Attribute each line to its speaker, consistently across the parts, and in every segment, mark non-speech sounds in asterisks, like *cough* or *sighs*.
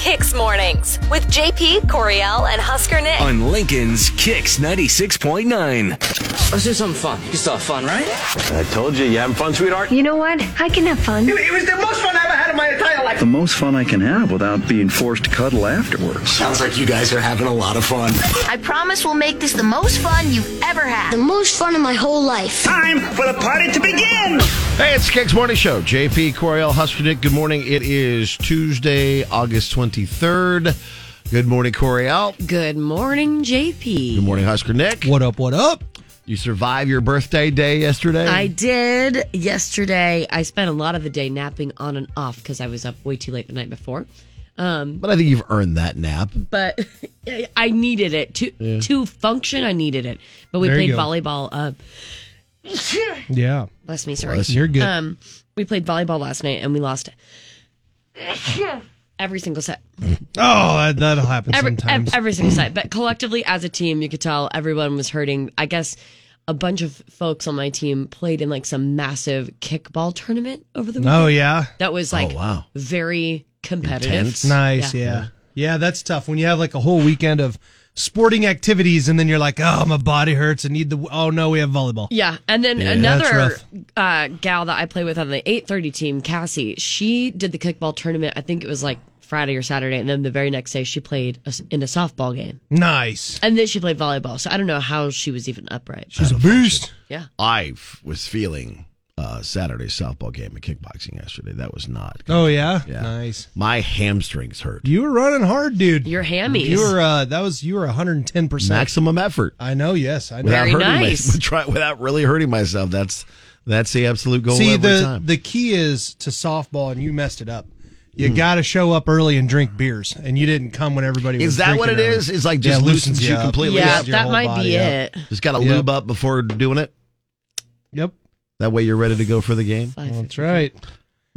Speaker 1: Kicks Mornings with JP, Coriel, and Husker Nick.
Speaker 2: on Lincoln's Kicks 96.9.
Speaker 3: Let's do something fun. You still have fun, right?
Speaker 4: I told you, you having fun, sweetheart?
Speaker 5: You know what? I can have fun.
Speaker 6: It was the most fun I ever had in my entire life.
Speaker 7: the most fun I can have without being forced to cuddle afterwards.
Speaker 8: Sounds like you guys are having a lot of fun.
Speaker 9: I promise we'll make this the most fun you've ever had.
Speaker 5: The most fun of my whole life.
Speaker 6: Time for the party to begin.
Speaker 10: Hey, it's Kicks Morning Show. JP Coriel Huskernick. Good morning. It is Tuesday, August 23rd. Good morning, Coriel.
Speaker 11: Good morning,
Speaker 10: Good
Speaker 11: JP.
Speaker 10: morning, Husker Nick.
Speaker 8: What up, what up?
Speaker 10: You survived your birthday day yesterday?
Speaker 11: I did yesterday. I spent a lot of the day napping on and off because I was up way too late the night before. Um,
Speaker 10: But I think you've earned that nap.
Speaker 11: but *laughs* I needed it to to function. I needed it. But we
Speaker 8: There you
Speaker 11: played
Speaker 8: go.
Speaker 11: volleyball. Uh,
Speaker 8: Yeah.
Speaker 11: bless me, sorry.
Speaker 10: Bless you.
Speaker 8: You're good.
Speaker 11: Um, we played volleyball last night and we lost every single set.
Speaker 8: oh, that, that'll happen
Speaker 11: every, ev-
Speaker 8: sometimes.
Speaker 11: every single side. But collectively, as a team, you could tell everyone was hurting. I guess a bunch of folks on my team played in like some massive kickball tournament over the weekend.
Speaker 8: oh, yeah.
Speaker 11: That was like
Speaker 10: wow.
Speaker 11: very competitive.
Speaker 10: Intense.
Speaker 8: Nice, yeah. yeah. that's tough. When you have like a whole weekend of sporting activities and then you're like, oh, my body hurts. I need the, oh, no, we have volleyball.
Speaker 11: Yeah, and then another
Speaker 8: that's
Speaker 11: uh, gal that I play with on the 8:30 team, Cassie. She did the kickball tournament. I think it was like Friday or Saturday, and then the very next day she played a s in a softball game,
Speaker 8: Nice.
Speaker 11: and then she played volleyball. So I don't know how she was even upright.
Speaker 8: She's a beast.
Speaker 11: yeah,
Speaker 10: I f- was feeling uh, Saturday's softball game and kickboxing yesterday. That was not. good.
Speaker 8: Oh, yeah?
Speaker 10: Yeah.
Speaker 8: Nice.
Speaker 10: My hamstrings hurt.
Speaker 8: You were running hard, dude.
Speaker 11: your hammies.
Speaker 8: You were, uh, that was, you were 110%.
Speaker 10: Maximum effort.
Speaker 8: I know, yes. I know.
Speaker 10: Without
Speaker 11: Very
Speaker 10: hurting *laughs*
Speaker 11: nice.
Speaker 10: myself. Try- Without really hurting myself. That's that's the absolute goal
Speaker 8: See,
Speaker 10: every
Speaker 8: the
Speaker 10: time.
Speaker 8: the key is to softball, and you messed it up. You got to show up early and drink beers, and you didn't come when everybody was.
Speaker 10: Is that what it
Speaker 8: drinking early.
Speaker 10: is? Is like just
Speaker 8: it
Speaker 10: loosens you
Speaker 8: up.
Speaker 10: completely
Speaker 11: yeah,
Speaker 8: Loosens your
Speaker 11: that
Speaker 8: whole
Speaker 11: might be
Speaker 8: body up.
Speaker 11: it.
Speaker 10: Just got to
Speaker 8: Yep.
Speaker 10: lube up before doing it.
Speaker 8: Yep,
Speaker 10: That way you're ready to go for the game.
Speaker 8: that's right.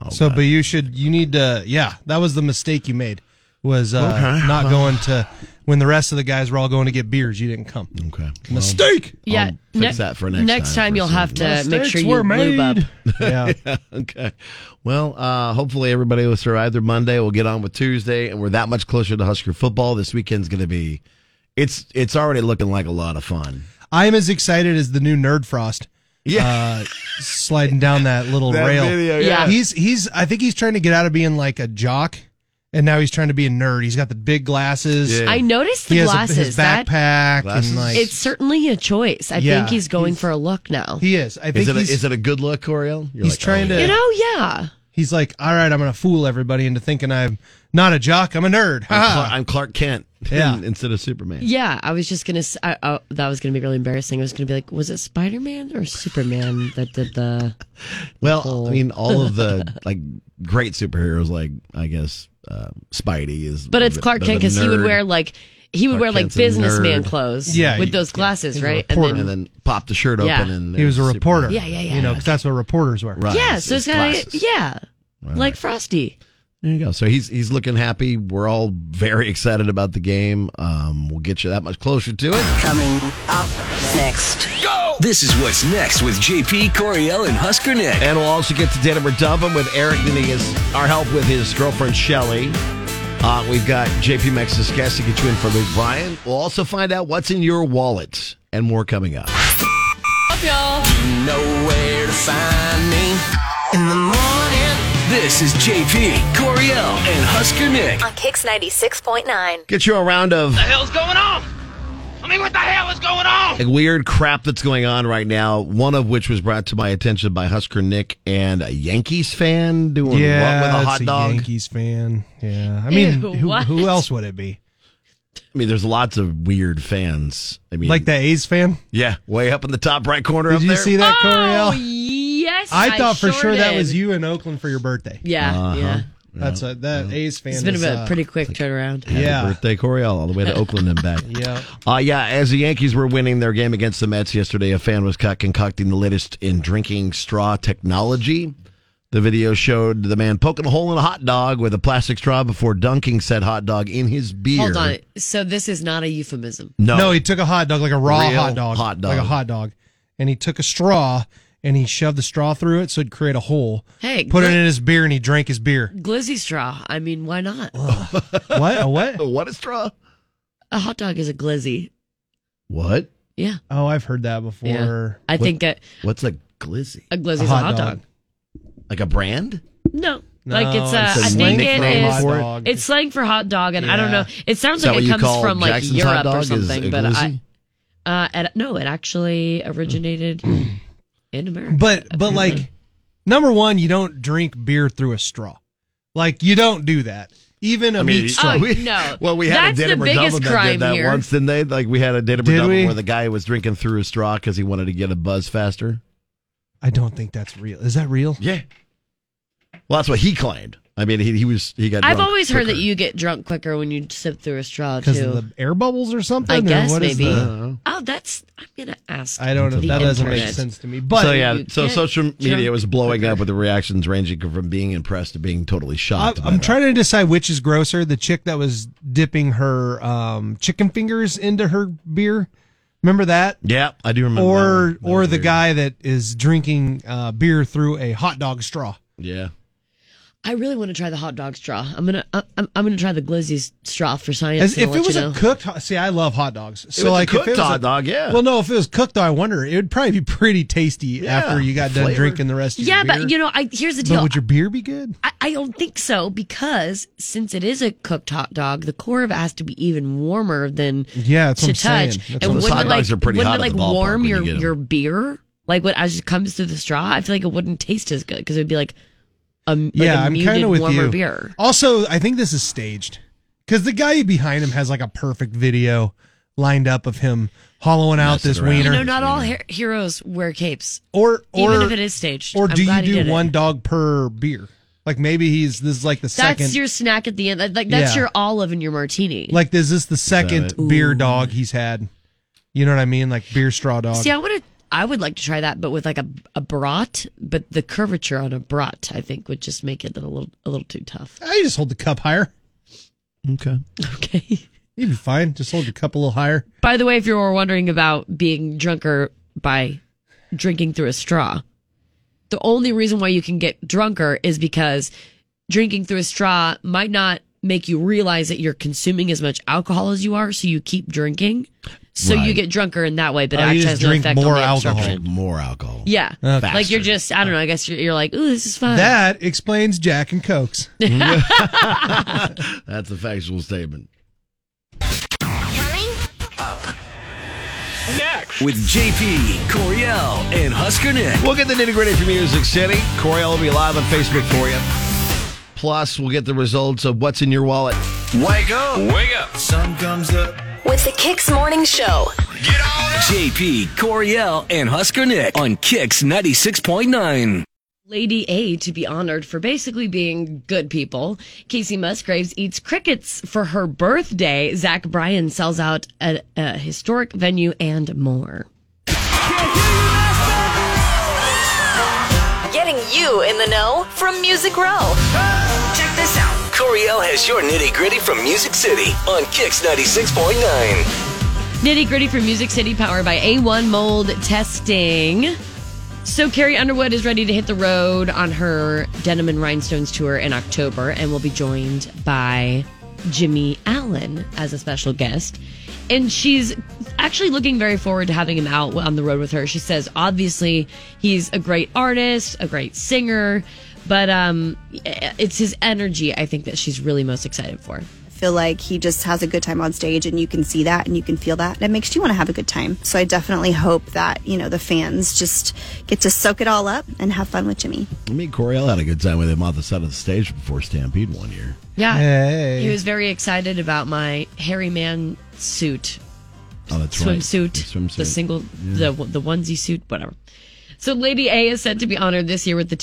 Speaker 10: Oh,
Speaker 8: so, but you should. You need to. Yeah, that was the mistake you made. Was uh,
Speaker 10: Okay.
Speaker 8: not going to when the rest of the guys were all going to get beers. You didn't come.
Speaker 10: Okay.
Speaker 8: Mistake.
Speaker 11: Yeah,
Speaker 10: I'll fix that for next time for
Speaker 11: you'll have
Speaker 10: someone.
Speaker 11: to make sure
Speaker 8: Mistakes
Speaker 11: you
Speaker 8: were
Speaker 11: lube up.
Speaker 8: made. Yeah.
Speaker 10: *laughs* okay. Well, uh, hopefully everybody will survive their Monday. We'll get on with Tuesday, and we're that much closer to Husker football. This weekend's going to be. It's it's already looking like a lot of fun.
Speaker 8: I'm as excited as the new Nerd Frost
Speaker 10: Yeah.
Speaker 8: uh, sliding down that little rail.
Speaker 11: yeah.
Speaker 10: *laughs*
Speaker 8: He's he's I think he's trying to get out of being like a jock and now he's trying to be a nerd. He's got the big glasses.
Speaker 10: Yeah.
Speaker 11: I noticed the
Speaker 8: He has a-
Speaker 11: glasses.
Speaker 8: his
Speaker 11: that
Speaker 8: backpack
Speaker 10: Glasses?
Speaker 8: and like
Speaker 11: it's certainly a choice. I
Speaker 8: Yeah,
Speaker 11: think he's going
Speaker 8: he's-
Speaker 11: for a look now.
Speaker 8: he is. I think
Speaker 10: Is it, a,
Speaker 8: he's,
Speaker 10: is it a good look, Coriel? You're oh,
Speaker 8: he's trying to- *laughs*
Speaker 11: you know, yeah.
Speaker 8: he's like, all right, I'm gonna fool everybody into thinking I'm not a jock. I'm a nerd. Ha
Speaker 10: I'm
Speaker 8: ha."
Speaker 10: Clark, I'm Clark Kent
Speaker 8: Ah. Yeah.
Speaker 10: instead of Superman.
Speaker 11: Yeah, I was just gonna. s- I, oh, that was gonna be really embarrassing. I was gonna be like, was it Spider Man or Superman that did the?
Speaker 10: Well, I
Speaker 11: Oh.
Speaker 10: mean, all of
Speaker 11: *laughs*
Speaker 10: the like great superheroes, like I guess uh, Spidey is,
Speaker 11: But it's Clark Kent because he would wear
Speaker 10: like,
Speaker 11: like he would
Speaker 10: Clark
Speaker 11: wear like
Speaker 10: Kent's a
Speaker 11: businessman
Speaker 10: nerd.
Speaker 11: clothes.
Speaker 8: Yeah,
Speaker 11: with
Speaker 8: he-
Speaker 11: those glasses,
Speaker 8: he's a
Speaker 11: right?
Speaker 8: reporter.
Speaker 10: and then pop the shirt open.
Speaker 11: Yeah.
Speaker 8: *laughs*
Speaker 10: and
Speaker 8: he was a
Speaker 10: there's
Speaker 8: reporter.
Speaker 10: Superman.
Speaker 11: Yeah, yeah, yeah.
Speaker 8: You know, 'cause that's what reporters were.
Speaker 10: Right.
Speaker 11: yeah, so it's kind of
Speaker 10: glasses.
Speaker 11: yeah, like Frosty.
Speaker 10: There you go. So he's he's looking happy. We're all very excited about the game. Um, we'll get you that much closer to it.
Speaker 2: This is what's next with JP, Coriel, and Husker Nick.
Speaker 10: And we'll also get to Denim or Dump Him with Eric needing his, our help with his girlfriend, Shelly. Uh, we've got JP Max's guest to get you in for Luke Bryan. We'll also find out what's in your wallet and more coming up.
Speaker 2: This is JP, Coriel, and Husker Nick.
Speaker 1: On Kicks 96.9.
Speaker 10: Get you a round of
Speaker 6: hell's going on? I mean, what the hell is going on?
Speaker 10: weird crap that's going on right now, one of which was brought to my attention by Husker Nick and a Yankees fan doing
Speaker 8: Yeah,
Speaker 10: what with a hot
Speaker 8: it's
Speaker 10: dog.
Speaker 8: Yankees fan. Yeah, I mean,
Speaker 11: Ew,
Speaker 8: who,
Speaker 11: what?
Speaker 8: who else would it be?
Speaker 10: I mean, there's lots of weird fans. I mean,
Speaker 8: Like the A's fan?
Speaker 10: Yeah, way up in the top right corner up
Speaker 8: Did you
Speaker 10: there.
Speaker 8: see that,
Speaker 11: Oh
Speaker 8: Coriel?
Speaker 11: yes,
Speaker 8: I thought for sure that
Speaker 11: did.
Speaker 8: was you in Oakland for your birthday.
Speaker 11: Yeah, yeah.
Speaker 8: That's a, that A's fan.
Speaker 11: It's been
Speaker 8: is,
Speaker 11: a
Speaker 8: uh,
Speaker 11: pretty quick turnaround.
Speaker 10: Happy
Speaker 8: Yeah.
Speaker 10: birthday, Coriel, all the way to Oakland and
Speaker 8: *laughs*
Speaker 10: back.
Speaker 8: Yeah.
Speaker 10: Uh, yeah, as the Yankees were winning their game against the Mets yesterday, a fan was caught concocting the latest in drinking straw technology. The video showed the man poking a hole in a hot dog with a plastic straw before dunking said hot dog in his beer.
Speaker 11: Hold on. So this is not a euphemism.
Speaker 10: No,
Speaker 8: No, he took a hot dog, like a raw
Speaker 10: Real
Speaker 8: hot dog,
Speaker 10: hot dog.
Speaker 8: like a hot dog, and he took a straw and he shoved the straw through it so it'd create a hole.
Speaker 11: Hey,
Speaker 8: put it
Speaker 11: gl-
Speaker 8: in his beer and he drank his beer.
Speaker 11: Glizzy straw. I mean, why not?
Speaker 8: *laughs* What? A what?
Speaker 10: What a straw.
Speaker 11: A hot dog is a glizzy.
Speaker 10: What?
Speaker 11: Yeah.
Speaker 8: Oh, I've heard that before.
Speaker 11: yeah. I think a,
Speaker 10: What's a glizzy?
Speaker 11: a glizzy is a hot dog.
Speaker 10: Like a brand?
Speaker 11: No. Like it's a,
Speaker 8: No,
Speaker 11: I
Speaker 10: it's a
Speaker 11: think it
Speaker 10: nickname
Speaker 11: is.
Speaker 10: for
Speaker 8: Hot
Speaker 10: it?
Speaker 8: dog.
Speaker 11: It's slang for hot dog, and I don't
Speaker 8: Yeah.
Speaker 11: know. It sounds
Speaker 10: Is that
Speaker 11: like
Speaker 10: what
Speaker 11: it
Speaker 10: you
Speaker 11: comes
Speaker 10: call
Speaker 11: from like
Speaker 10: Jackson's hot
Speaker 11: Europe
Speaker 10: dog?
Speaker 11: or
Speaker 10: Is a
Speaker 11: something, but
Speaker 10: glizzy?
Speaker 11: I uh, and, no, it actually originated in America.
Speaker 8: But but like number one, you don't drink beer through a straw. Like you don't do that. Even a meat straw.
Speaker 11: Oh, no.
Speaker 10: Well, we had
Speaker 11: That's
Speaker 10: a
Speaker 11: the
Speaker 10: Denver
Speaker 11: biggest
Speaker 10: Double that
Speaker 11: crime
Speaker 10: did that
Speaker 11: here.
Speaker 10: once, didn't they? Like we had a Denver
Speaker 8: Did
Speaker 10: Double
Speaker 8: we?
Speaker 10: where the guy was drinking through a straw because he wanted to get a buzz faster.
Speaker 8: I don't think that's real. Is that real?
Speaker 10: Yeah. Well, that's what he claimed. I mean, he, he was he got.
Speaker 11: I've
Speaker 10: drunk
Speaker 11: always heard that
Speaker 10: quicker.
Speaker 11: you get drunk quicker when you sip through a straw
Speaker 8: Because of
Speaker 11: too.
Speaker 8: the air bubbles or something?
Speaker 11: I
Speaker 8: Or
Speaker 11: guess
Speaker 8: what is
Speaker 11: maybe.
Speaker 8: the-
Speaker 11: Oh, that's I'm gonna ask.
Speaker 8: I don't know.
Speaker 11: the
Speaker 8: That doesn't make
Speaker 11: internet.
Speaker 8: sense to me. But
Speaker 10: so yeah,
Speaker 11: you
Speaker 10: so
Speaker 11: get
Speaker 10: social media
Speaker 11: drunk
Speaker 10: was blowing up with the reactions ranging from being impressed to being totally
Speaker 8: I,
Speaker 10: shocked. by
Speaker 8: I'm
Speaker 10: that.
Speaker 8: trying to decide which is grosser: the chick that was dipping her um, chicken fingers into her beer, remember that,
Speaker 10: Yeah, I do
Speaker 11: Mm,
Speaker 10: remember. that one.
Speaker 8: or
Speaker 10: That
Speaker 8: or
Speaker 10: was
Speaker 8: the
Speaker 10: weird.
Speaker 8: guy that is drinking uh, beer through a hot dog straw.
Speaker 10: Yeah.
Speaker 11: I really want to try the hot dog straw. I'm gonna I- I'm, I'm gonna try the glizzy straw for science.
Speaker 8: As
Speaker 11: and
Speaker 8: if
Speaker 11: I'll
Speaker 8: it
Speaker 11: let
Speaker 8: was
Speaker 11: you know.
Speaker 8: a cooked, ho- see, I love hot dogs. So
Speaker 10: was a
Speaker 8: like,
Speaker 10: cooked
Speaker 8: if it was
Speaker 10: hot dog, yeah.
Speaker 8: Well, no, if it was cooked, though, I wonder it would probably be pretty tasty after you got done
Speaker 10: flavor.
Speaker 8: drinking the rest. of
Speaker 11: yeah,
Speaker 8: your beer.
Speaker 11: but you know, I here's the
Speaker 8: But
Speaker 11: deal.
Speaker 8: would your beer be good?
Speaker 11: I, I don't think so because since it is a cooked hot dog, the core of it has to be even warmer than
Speaker 8: Yeah, that's
Speaker 11: to
Speaker 8: what I'm saying.
Speaker 11: touch.
Speaker 8: That's
Speaker 11: And
Speaker 8: what I'm
Speaker 11: wouldn't
Speaker 10: saying.
Speaker 11: it
Speaker 10: Hot dogs
Speaker 11: like,
Speaker 10: are pretty
Speaker 11: wouldn't
Speaker 10: hot at
Speaker 11: it like
Speaker 10: the ballpark
Speaker 11: warm
Speaker 10: when you
Speaker 11: your
Speaker 10: get 'em.
Speaker 11: your beer? Like what as it comes through the straw, I feel like it wouldn't taste as good because it would be like a like
Speaker 8: yeah,
Speaker 11: a
Speaker 8: I'm
Speaker 11: muted
Speaker 8: kind of with
Speaker 11: warmer
Speaker 8: you.
Speaker 11: beer.
Speaker 8: Also, I think this is staged because the guy behind him has like a perfect video lined up of him hollowing out
Speaker 10: Messing
Speaker 8: this
Speaker 10: around.
Speaker 8: wiener.
Speaker 11: No, not all her- heroes wear capes,
Speaker 8: or or
Speaker 11: even if it is staged.
Speaker 8: or
Speaker 11: I'm
Speaker 8: do you
Speaker 11: glad he
Speaker 8: do
Speaker 11: did it.
Speaker 8: one dog per beer? Like maybe he's this is like the
Speaker 11: That's
Speaker 8: second.
Speaker 11: your snack at the end. Like like, that's
Speaker 8: Yeah.
Speaker 11: your olive and your martini.
Speaker 8: like is this the second beer dog he's had? You know what I mean? Like beer straw dog.
Speaker 11: See, I would I would like to try that, but with like a a brat, but the curvature on a brat, I think, would just make it a little a little too tough. *laughs*
Speaker 8: I just hold the cup higher.
Speaker 10: Okay.
Speaker 11: Okay.
Speaker 8: You'd be fine. Just hold the cup a little higher.
Speaker 11: By the way, if you were wondering about being drunker by drinking through a straw, the only reason why you can get drunker is because drinking through a straw might not make you realize that you're consuming as much alcohol as you are, so you keep drinking. So you
Speaker 10: Right.
Speaker 11: get drunker in that way, but it
Speaker 8: Oh, you
Speaker 11: actually
Speaker 8: just
Speaker 11: has no
Speaker 8: drink
Speaker 11: effect
Speaker 8: more
Speaker 11: on the
Speaker 8: alcohol.
Speaker 11: absorption.
Speaker 10: Drink more alcohol.
Speaker 11: Yeah.
Speaker 10: Okay.
Speaker 11: Like you're
Speaker 10: Faster.
Speaker 11: just, I don't know, I guess you're, you're like, ooh, this is fun.
Speaker 8: That explains Jack and Cokes.
Speaker 10: That's a factual statement.
Speaker 2: With JP, Coriel, and Husker Nick.
Speaker 10: We'll get the nitty gritty from Music City. Coriel will be live on Facebook for you. Plus, we'll get the results of what's in your wallet.
Speaker 2: Wake up. Wake up.
Speaker 12: Sun comes up.
Speaker 1: With the Kicks Morning Show.
Speaker 12: Get on up.
Speaker 2: JP, Coriel, and Husker Nick on Kicks 96.9.
Speaker 11: Lady A to be honored for basically being good people. Casey Musgraves eats crickets for her birthday. Zach Bryan sells out a, a historic venue and more.
Speaker 1: Getting you in the know from Music Row.
Speaker 12: Check this out.
Speaker 2: Coriel has your nitty gritty from Music City on Kicks 96.9.
Speaker 11: Nitty gritty for Music City, powered by A1 Mold Testing. So Carrie Underwood is ready to hit the road on her Denim and Rhinestones tour in October, and will be joined by Jimmy Allen as a special guest. And she's actually looking very forward to having him out on the road with her. She says, obviously, he's a great artist, a great singer, but um, it's his energy I think that she's really most excited for.
Speaker 5: feel like he just has a good time on stage and you can see that and you can feel that and it makes you want to have a good time. So I definitely hope that, you know, the fans just get to soak it all up and have fun with Jimmy.
Speaker 10: Me and Coriel had a good time with him on the side of the stage before Stampede one year.
Speaker 11: Yeah.
Speaker 8: Hey.
Speaker 11: He was very excited about my hairy man suit,
Speaker 10: Oh, that's right.
Speaker 11: swimsuit,
Speaker 10: The swimsuit.
Speaker 11: the single, the the onesie suit, whatever. So Lady A is said to be honored this year with the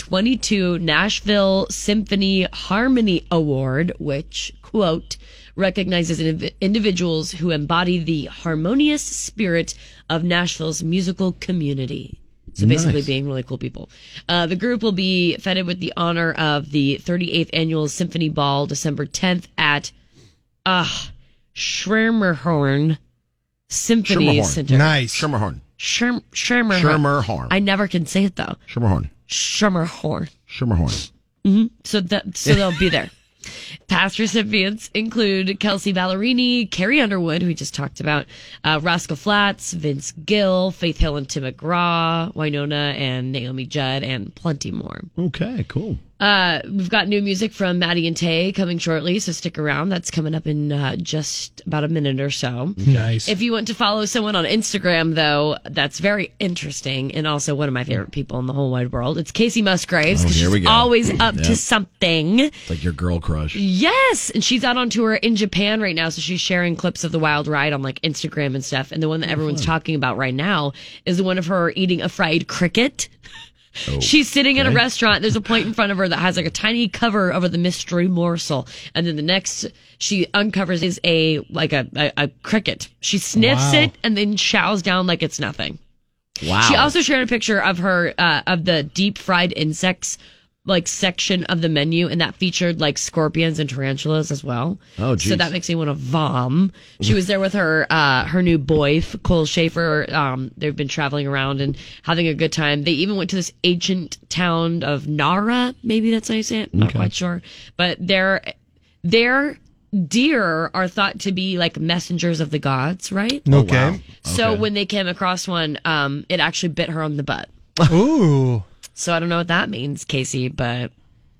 Speaker 11: 2022 Nashville Symphony Harmony Award, which quote recognizes indiv- individuals who embody the harmonious spirit of Nashville's musical community. So basically,
Speaker 10: Nice.
Speaker 11: being really cool people. Uh, the group will be feted with the honor of the 38th annual Symphony Ball, December 10th at ah, uh, Schremerhorn Symphony
Speaker 10: Schirmerhorn.
Speaker 11: Center.
Speaker 8: nice.
Speaker 10: Schermerhorn.
Speaker 11: Sherm, Shermer.
Speaker 10: Schermerhorn.
Speaker 11: I never can say it though.
Speaker 10: Schermerhorn.
Speaker 11: Shermerhorn.
Speaker 10: Schermerhorn.
Speaker 11: hmm So that so they'll be there. Past recipients include Kelsey Ballerini, Carrie Underwood, who we just talked about, uh, Roscoe Flats, Vince Gill, Faith Hill and Tim McGraw, Winona and Naomi Judd, and plenty more.
Speaker 10: Okay, cool.
Speaker 11: Uh, we've got new music from Maddie and Tay coming shortly, so stick around. That's coming up in uh, just about a minute or so.
Speaker 8: Nice.
Speaker 11: If you want to follow someone on Instagram, though, that's very interesting and also one of my favorite people in the whole wide world. It's Casey Musgraves.
Speaker 10: Oh,
Speaker 11: 'cause
Speaker 10: here we
Speaker 11: she's
Speaker 10: go.
Speaker 11: always up
Speaker 10: Yeah.
Speaker 11: to something.
Speaker 10: It's like your girl crush.
Speaker 11: Yes, and she's out on tour in Japan right now, so she's sharing clips of the wild ride on like Instagram and stuff. And the one that everyone's talking about right now is the one of her eating a fried cricket. *laughs* She's sitting in a
Speaker 13: Oh, okay.
Speaker 11: restaurant. There's a plate in front of her that has like a tiny cover over the mystery morsel, and then the next she uncovers is a like a a, a cricket. She sniffs
Speaker 13: Wow.
Speaker 11: it and then chows down like it's nothing.
Speaker 13: Wow.
Speaker 11: She also shared a picture of her uh, of the deep fried insects like section of the menu, and that featured like scorpions and tarantulas as well.
Speaker 13: Oh,
Speaker 11: so
Speaker 13: geez.
Speaker 11: that makes me want to vom. She was there with her uh, her new boy F- Cole Schaefer. Um, they've been traveling around and having a good time. They even went to this ancient town of Nara. Maybe that's how you say it. Not
Speaker 13: Okay.
Speaker 11: quite sure, but their their deer are thought to be like messengers of the gods, right?
Speaker 8: Oh, Okay. wow.
Speaker 11: So
Speaker 8: Okay.
Speaker 11: when they came across one, um, it actually bit her on the butt.
Speaker 8: Ooh.
Speaker 11: So I don't know what that means, Casey, but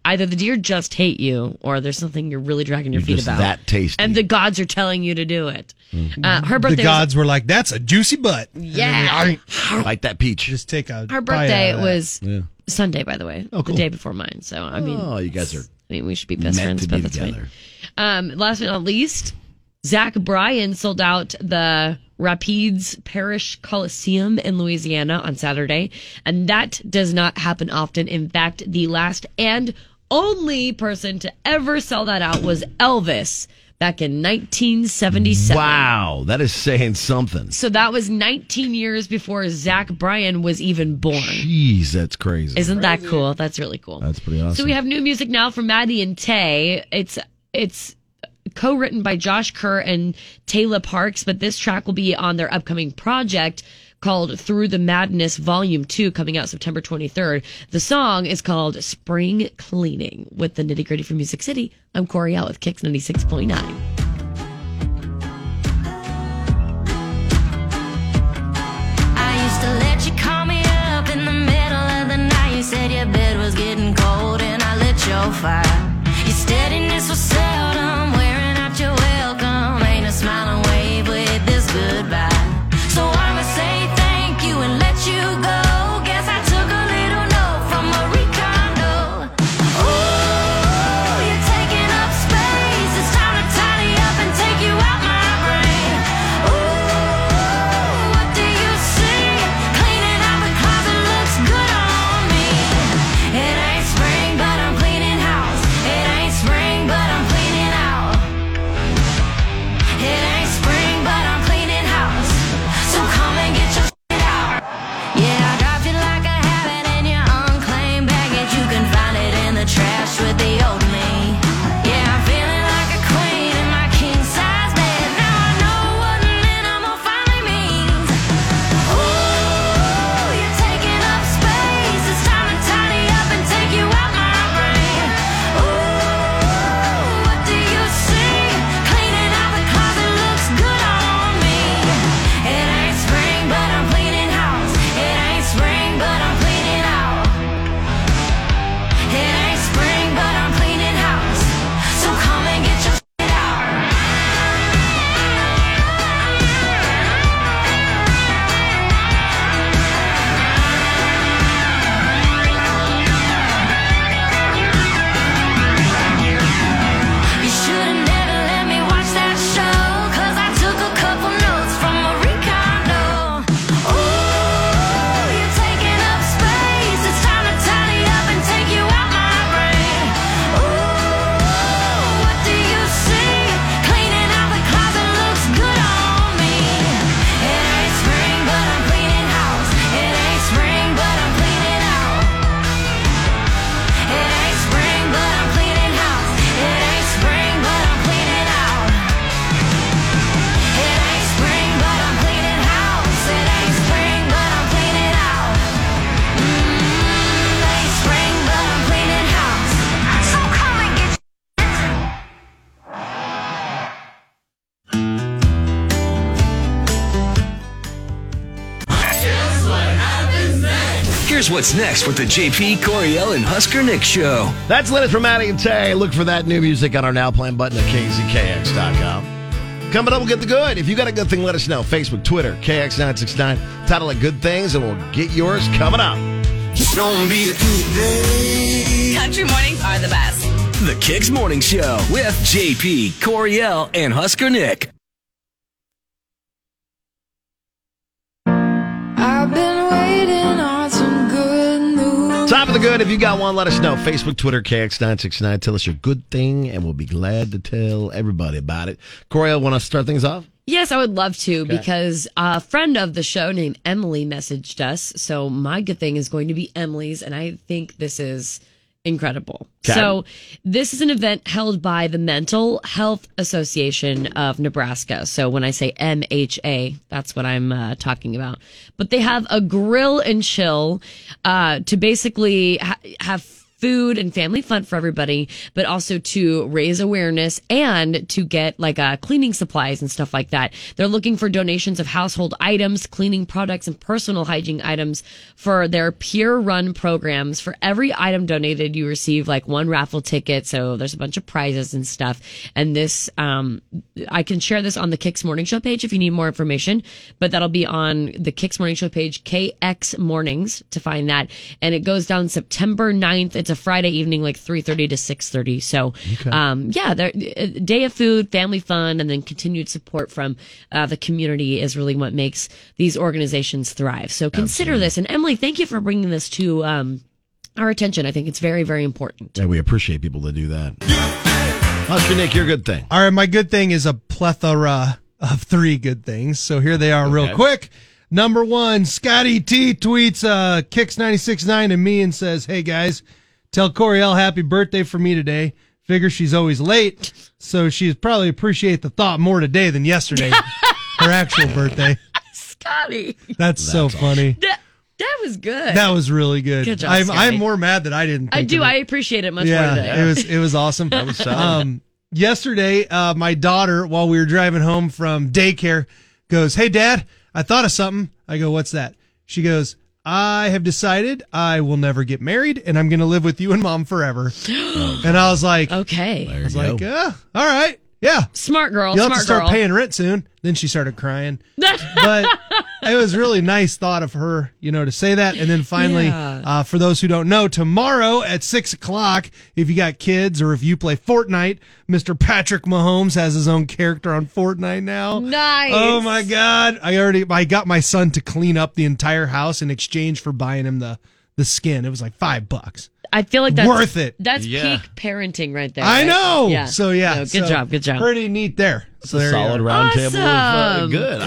Speaker 11: either the deer just hate you or there's something you're really dragging your
Speaker 8: You're
Speaker 11: feet
Speaker 8: just
Speaker 11: about.
Speaker 8: that Hmm.
Speaker 10: tasty.
Speaker 11: And the gods are telling you to do it. Uh, her birthday
Speaker 8: The
Speaker 11: was-
Speaker 8: gods were like, "That's a juicy butt."
Speaker 11: Yeah.
Speaker 10: like that peach.
Speaker 8: Just take a. bite
Speaker 11: Her
Speaker 8: out
Speaker 11: birthday
Speaker 8: of that.
Speaker 11: was Sunday, by the
Speaker 8: Oh,
Speaker 11: way. The day before mine. So, I mean.
Speaker 10: Oh, you guys are.
Speaker 11: I mean, we should be best
Speaker 10: meant
Speaker 11: friends,
Speaker 10: to
Speaker 11: but
Speaker 10: be
Speaker 11: that's
Speaker 10: together.
Speaker 11: fine. Um, last but not least, Zach Bryan sold out the Rapids Parish Coliseum in Louisiana on Saturday, and that does not happen often. In fact, the last and only person to ever sell that out was Elvis back in 1977.
Speaker 10: Wow, that is saying something.
Speaker 11: So that was 19 years before Zach Bryan was even born.
Speaker 10: Jeez, that's crazy.
Speaker 11: Isn't that cool? That's really cool.
Speaker 10: That's pretty awesome.
Speaker 11: So we have new music now from Maddie and Tay. It's it's co-written by Josh Kerr and Taylor Parks, but this track will be on their upcoming project called Through the Madness Volume 2 coming out September 23rd. The song is called Spring Cleaning with the Nitty Gritty from Music City. I'm Corey Out with Kicks 96.9.
Speaker 13: I used to let you call me up in the middle of the night. You said your bed was getting cold and I lit your fire. Your steadiness was seldom wearing out your welcome. Ain't a smiling wave with this goodbye. So I'ma say thank you and let you go. Guess I took a little note from Marie Kondo. Ooh, you're taking up space. It's time to tidy up and take you out my brain. Ooh, what do you see? Cleaning out the closet looks good on me. It ain't spring, but I'm cleaning house. It ain't spring, but I'm cleaning out.
Speaker 2: Here's what's next with the JP Coriel and Husker Nick show.
Speaker 10: That's Leonard from Maddie and Tay. Look for that new music on our Now Playing button at KZKX.com. Coming up, we'll get the good. If you got a good thing, let us know. Facebook, Twitter, KX969. Title it Good Things, and we'll get yours coming up.
Speaker 12: Don't be
Speaker 14: Country mornings are the best.
Speaker 2: The Kicks Morning Show with JP Coriel and Husker Nick.
Speaker 12: I've been waiting on some good news.
Speaker 10: Time for the good. If you got one, let us know. Facebook, Twitter, KX969. Tell us your good thing, and we'll be glad to tell everybody about it. Coriel, want to start things off?
Speaker 11: Yes, I would love to
Speaker 10: Okay.
Speaker 11: because a friend of the show named Emily messaged us. So my good thing is going to be Emily's, and I think this is incredible.
Speaker 15: Okay.
Speaker 11: So this is an event held by the Mental Health Association of Nebraska. So when I say MHA, that's what I'm uh, talking about. But they have a grill and chill uh, to basically ha- have food and family fun for everybody, but also to raise awareness and to get like uh, cleaning supplies and stuff like that. They're looking for donations of household items, cleaning products, and personal hygiene items for their peer run programs. For every item donated, you receive like one raffle ticket. So there's a bunch of prizes and stuff. And this, um, I can share this on the Kicks Morning Show page if you need more information, but that'll be on the Kicks Morning Show page, KX Mornings, to find that. And it goes down September 9th. It's a Friday evening, like 3.30 to 6.30. So, um, yeah, there, a day of food, family fun, and then continued support from uh, the community is really what makes these organizations thrive. So consider this. And Emily, thank you for bringing this to um, our attention. I think it's very, very important.
Speaker 10: Yeah, we appreciate people that do that. Husker Nick, your good thing.
Speaker 8: All right, my good thing is a plethora of three good things. So here they are, real
Speaker 10: Okay.
Speaker 8: quick. Number one, Scotty T tweets uh, Kicks969 and me and says, Hey guys, tell Coriel happy birthday for me today. Figure she's always late, so she's probably appreciate the thought more today than
Speaker 11: *laughs*
Speaker 8: yesterday, her actual birthday.
Speaker 11: Scotty. *laughs*
Speaker 8: That's, so funny.
Speaker 11: That, that was good.
Speaker 8: That was really good.
Speaker 11: Good job,
Speaker 8: I'm, I'm
Speaker 11: Scotty.
Speaker 8: more mad that I didn't.
Speaker 11: I
Speaker 8: think
Speaker 11: do.
Speaker 8: of it.
Speaker 11: I appreciate it much
Speaker 8: yeah,
Speaker 11: more today.
Speaker 8: It was it was awesome.
Speaker 11: *laughs*
Speaker 8: Um,
Speaker 11: That was solid.
Speaker 8: Yesterday, uh, my daughter, while we were driving home from daycare, goes, "Hey, Dad, I thought of something." I go, "What's that?" She goes, "I have decided I will never get married, and I'm going to live with you and Mom
Speaker 11: *gasps*
Speaker 8: forever." and I was like,
Speaker 11: Oh. "Okay,"
Speaker 8: I was
Speaker 11: you
Speaker 8: like,
Speaker 11: go.
Speaker 8: "Yeah, all right, yeah."
Speaker 11: Smart girl.
Speaker 8: You'll have
Speaker 11: smart
Speaker 8: to start
Speaker 11: girl.
Speaker 8: paying rent soon. Then she started
Speaker 11: *laughs*
Speaker 8: crying. but it was really nice thought of her, you know, to say that. And then finally,
Speaker 11: Yeah.
Speaker 8: uh, for those who don't know, tomorrow at six o'clock, if you got kids or if you play Fortnite, Mr. Patrick Mahomes has his own character on Fortnite now.
Speaker 11: Nice.
Speaker 8: Oh my God! I already I got my son to clean up the entire house in exchange for buying him the the skin. It was like five bucks.
Speaker 11: I feel like that's
Speaker 8: worth it.
Speaker 11: That's peak parenting right there.
Speaker 8: I
Speaker 11: right?
Speaker 8: know. So yeah.
Speaker 11: No, good
Speaker 8: so
Speaker 11: job. Good job.
Speaker 8: Pretty neat there. So there you
Speaker 10: solid
Speaker 8: are.
Speaker 10: round table of uh,
Speaker 11: Awesome.
Speaker 10: good.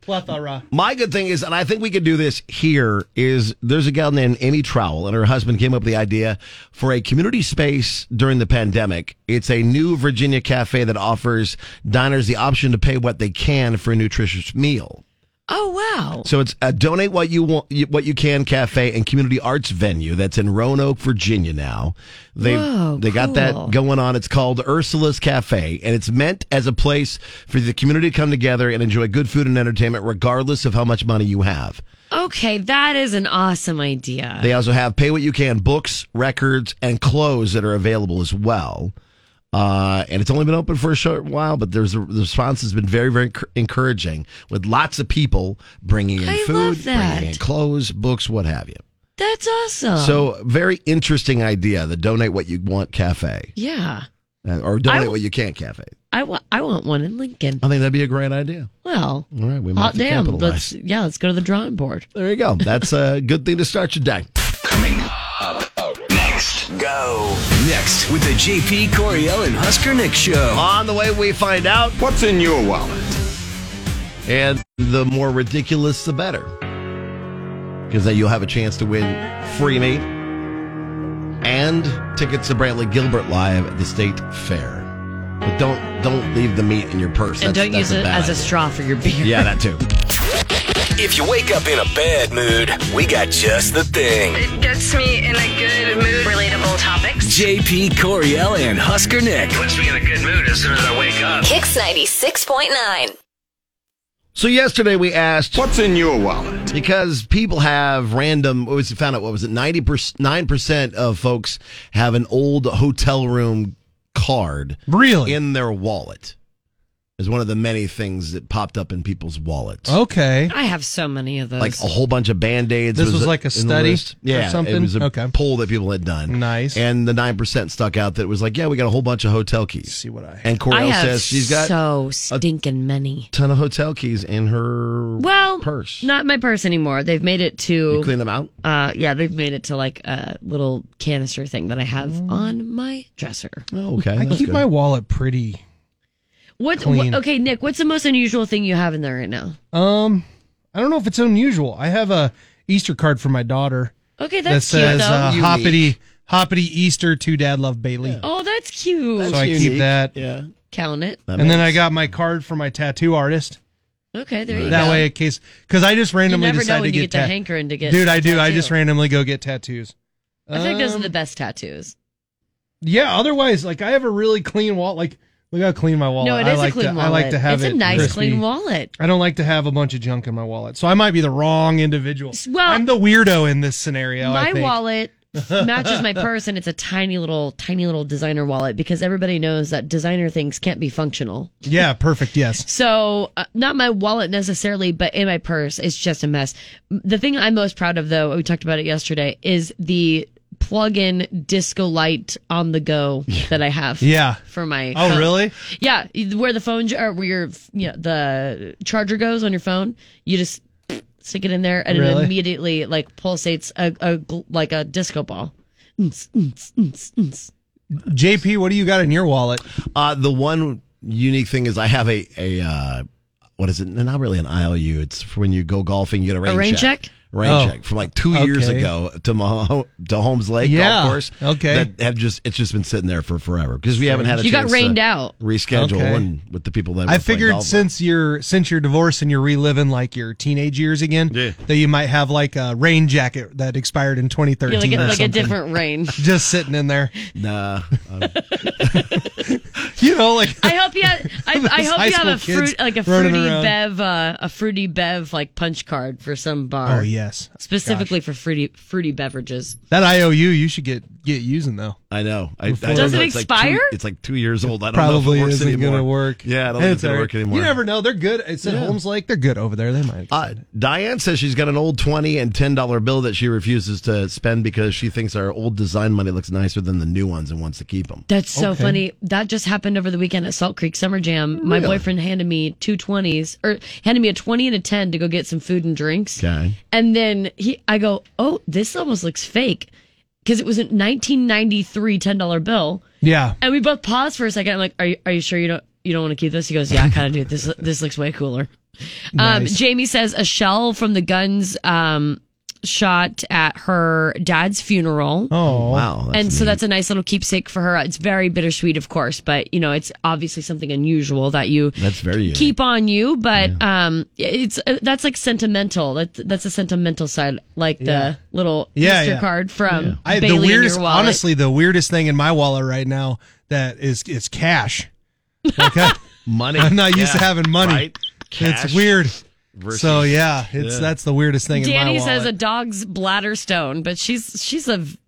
Speaker 8: Plethora.
Speaker 10: My good thing is, and I think we could do this here, is there's a gal named Amy Trowell, and her husband came up with the idea for a community space during the pandemic. It's a new Virginia cafe that offers diners the option to pay what they can for a nutritious meal.
Speaker 11: Oh wow.
Speaker 10: So it's a donate what you want, you- what you can cafe and community arts venue that's in Roanoke, Virginia. Now they
Speaker 11: Whoa,
Speaker 10: they got
Speaker 11: cool.
Speaker 10: that going on. It's called Ursula's Cafe, and it's meant as a place for the community to come together and enjoy good food and entertainment, regardless of how much money you have.
Speaker 11: Okay, that is an awesome idea.
Speaker 10: They also have pay what you can books, records, and clothes that are available as well. Uh, and it's only been open for a short while, but there's the response has been very, very encour- encouraging with lots of people bringing in
Speaker 11: I
Speaker 10: food,
Speaker 11: love that. Oh.
Speaker 10: bringing in clothes, books, what have you.
Speaker 11: That's awesome.
Speaker 10: So, very interesting idea. The donate what you want cafe,
Speaker 11: yeah,
Speaker 10: Uh, or
Speaker 11: I
Speaker 10: donate
Speaker 11: w-
Speaker 10: what you can cafe.
Speaker 11: I wa- I want one in Lincoln.
Speaker 10: I think that'd be a great idea.
Speaker 11: Well,
Speaker 10: All right, we might
Speaker 11: hot
Speaker 10: have to
Speaker 11: damn.
Speaker 10: capitalize.
Speaker 11: Let's yeah, let's go to the drawing board.
Speaker 10: There you
Speaker 11: *laughs*
Speaker 10: go. That's a good thing to start your day.
Speaker 2: Next, go. Next with the JP Coriel and Husker Nick show.
Speaker 10: On the way, we find out what's in your wallet. And the more ridiculous, the better. Because then you'll have a chance to win free meat and tickets to Brantley Gilbert live at the state fair. But don't don't leave the meat in your purse.
Speaker 11: and
Speaker 10: That's-
Speaker 11: don't
Speaker 10: that's
Speaker 11: use it
Speaker 10: bad
Speaker 11: as a
Speaker 10: idea.
Speaker 11: straw for your beer.
Speaker 10: Yeah, that too.
Speaker 2: If you wake up in a bad mood, we got just the thing.
Speaker 14: It gets me in a good mood. Relatable topics.
Speaker 2: JP Coriel and Husker Nick.
Speaker 6: Puts me in a good mood as soon as I wake up.
Speaker 1: Kicks 96.9.
Speaker 10: So yesterday we asked, "What's in your wallet?" Because people have random. What was it found out? What was it? Ninety nine percent of folks have an old hotel room card,
Speaker 8: really,
Speaker 10: in their wallet. Is one of the many things that popped up in people's wallets.
Speaker 8: Oh, Okay.
Speaker 11: I have so many of those.
Speaker 10: Like a whole bunch of band aids.
Speaker 8: This was like a study or
Speaker 10: yeah, It
Speaker 8: something?
Speaker 10: was a
Speaker 8: Okay.
Speaker 10: poll that people had done. Nice. And the nine percent stuck out that it was like, yeah, we got a whole bunch of hotel keys. See what I have. and
Speaker 11: I
Speaker 10: Coriel
Speaker 11: have
Speaker 10: says she's got
Speaker 11: so stinking many.
Speaker 10: ton of hotel keys in her
Speaker 11: Well,
Speaker 10: purse.
Speaker 11: Not my purse anymore. They've made it to
Speaker 10: You clean them out.
Speaker 11: Uh, yeah, they've made it to like a little canister thing that I have
Speaker 8: Mm.
Speaker 11: on my dresser.
Speaker 10: Oh, okay.
Speaker 8: I keep my wallet pretty.
Speaker 11: What?
Speaker 8: Clean.
Speaker 11: wh- okay, Nick. What's the most unusual thing you have in there right now?
Speaker 8: Um, I don't know if it's unusual. I have a Easter card for my daughter.
Speaker 11: Okay, that's
Speaker 8: that says
Speaker 11: cute, though.
Speaker 8: uh,
Speaker 11: Unique.
Speaker 8: hoppity hoppity Easter to Dad Love Bailey.
Speaker 11: Oh, that's cute.
Speaker 8: so I keep that.
Speaker 10: Yeah.
Speaker 11: Count it.
Speaker 8: and then I got my card for my tattoo artist.
Speaker 11: Okay, there you
Speaker 8: that
Speaker 11: go.
Speaker 8: way, in case because I just randomly
Speaker 11: never know
Speaker 8: decide
Speaker 11: when
Speaker 8: to
Speaker 11: you
Speaker 8: get,
Speaker 11: get the
Speaker 8: tat-
Speaker 11: hankering to get
Speaker 8: Dude, I do. I
Speaker 11: tattoo.
Speaker 8: just randomly go get tattoos.
Speaker 11: I think those are
Speaker 8: Um,
Speaker 11: the best tattoos.
Speaker 8: Yeah. Otherwise, like I have a really clean wallet. Like look how clean my wallet.
Speaker 11: No, it
Speaker 8: I
Speaker 11: is a
Speaker 8: like
Speaker 11: clean
Speaker 8: to, I like
Speaker 11: wallet.
Speaker 8: to have
Speaker 11: It's a
Speaker 8: it
Speaker 11: nice,
Speaker 8: crispy.
Speaker 11: clean wallet.
Speaker 8: I don't like to have a bunch of junk in my wallet, so I might be the wrong individual.
Speaker 11: well-
Speaker 8: I'm the weirdo in this scenario. I
Speaker 11: my
Speaker 8: think. *laughs*
Speaker 11: wallet matches my purse, and it's a tiny little, tiny little designer wallet because everybody knows that designer things can't be functional.
Speaker 8: Yeah. Perfect.
Speaker 11: *laughs*
Speaker 8: Yes.
Speaker 11: So, uh, not my wallet necessarily, but in my purse, it's just a mess. M- The thing I'm most proud of, though, we talked about it yesterday, is the plug-in disco light on the go that I have.
Speaker 8: Yeah.
Speaker 11: For my.
Speaker 8: Oh,
Speaker 11: phone.
Speaker 8: really?
Speaker 11: Yeah, where the phone or where your you know, the charger goes on your phone, you just stick it in there, and
Speaker 8: Really?
Speaker 11: it immediately like pulsates a, a gl- like a disco ball. Nts, nts, nts, nts.
Speaker 8: JP, what do you got in your wallet?
Speaker 10: Uh, the one unique thing is I have a a uh, what is it? Not really an IOU. It's for when you go golfing, you get a rain,
Speaker 11: rain check?
Speaker 10: Rain
Speaker 11: Oh.
Speaker 10: check from like two years
Speaker 8: Okay.
Speaker 10: ago to Mah- to Holmes Lake
Speaker 8: Yeah.
Speaker 10: golf course.
Speaker 8: Okay.
Speaker 10: that have just it's just been sitting there for forever because we haven't had a
Speaker 11: You got
Speaker 10: chance
Speaker 11: rained
Speaker 10: to
Speaker 11: out.
Speaker 10: reschedule
Speaker 8: Okay.
Speaker 10: and with the people that
Speaker 8: I
Speaker 10: were playing
Speaker 8: figured
Speaker 10: golf.
Speaker 8: since you're since you're divorced and you're reliving like your teenage years again, that you might have like a rain jacket that expired in 2013
Speaker 11: Yeah, like a,
Speaker 8: or
Speaker 11: like a
Speaker 8: something.
Speaker 11: different rain.
Speaker 8: just sitting in there. *laughs*
Speaker 10: Nah,
Speaker 8: you know,
Speaker 11: *laughs*
Speaker 8: like
Speaker 11: I hope you. Have,
Speaker 8: *laughs*
Speaker 11: I, I
Speaker 8: Those
Speaker 11: hope
Speaker 8: high
Speaker 11: you have a
Speaker 8: school kids
Speaker 11: fruit, like a
Speaker 8: running
Speaker 11: fruity
Speaker 8: around.
Speaker 11: bev, uh, a fruity bev like punch card for some bar.
Speaker 8: Oh, yes.
Speaker 11: specifically for fruity fruity beverages.
Speaker 8: that IOU you should get get using though.
Speaker 10: I know. I, I
Speaker 8: Before-
Speaker 10: don't
Speaker 11: Does
Speaker 10: know.
Speaker 11: it
Speaker 10: It's like
Speaker 11: expire?
Speaker 10: two- it's like two years old. I don't
Speaker 8: Probably
Speaker 10: know if it works
Speaker 8: isn't
Speaker 10: anymore.
Speaker 8: gonna work.
Speaker 10: Yeah, I don't
Speaker 8: It's
Speaker 10: think it's gonna
Speaker 8: all right.
Speaker 10: work anymore.
Speaker 8: You never know. They're good. It's at Holmes Lake. They're good over there. They might.
Speaker 10: Uh, Diane says she's got an old twenty and ten dollar bill that she refuses to spend because she thinks our old design money looks nicer than the new ones and wants to keep them.
Speaker 11: That's so funny. That just happened over the weekend at Salt Creek Summer Jam. My
Speaker 10: Really?
Speaker 11: boyfriend handed me two twenties, or handed me a twenty and a ten to go get some food and drinks.
Speaker 10: Okay.
Speaker 11: And then he, I go, oh, this almost looks fake, because it was a 1993 ten dollar bill.
Speaker 8: Yeah.
Speaker 11: And we both paused for a second. I'm like, "Are you are you sure you don't you don't want to keep this?" He goes, "Yeah, I kind of do. This this looks way cooler." Um,
Speaker 15: Nice.
Speaker 11: Jamie says a shell from the guns um, shot at her dad's funeral.
Speaker 8: Oh
Speaker 10: wow!
Speaker 11: and so that's a nice little keepsake for her. It's very bittersweet, of course, but you know, it's obviously something unusual that you
Speaker 10: That's very unique.
Speaker 11: keep on you. But um, it's uh, that's like sentimental. That's that's a sentimental side, like
Speaker 8: Yeah.
Speaker 11: the little
Speaker 8: Yeah,
Speaker 11: Easter
Speaker 8: yeah.
Speaker 11: card from
Speaker 8: I,
Speaker 11: Bailey
Speaker 8: the weirdest,
Speaker 11: in your wallet.
Speaker 8: honestly, the weirdest thing in my wallet right now that is is cash. Like,
Speaker 10: *laughs*
Speaker 8: I-
Speaker 10: Money.
Speaker 8: I'm not used to
Speaker 10: Yeah,
Speaker 8: having money.
Speaker 10: right? Cash
Speaker 8: It's weird.
Speaker 10: versus-
Speaker 8: so yeah, it's
Speaker 10: Yeah.
Speaker 8: that's the weirdest thing in my
Speaker 11: Danny
Speaker 8: wallet.
Speaker 11: says a dog's bladder stone, but she's she's a v-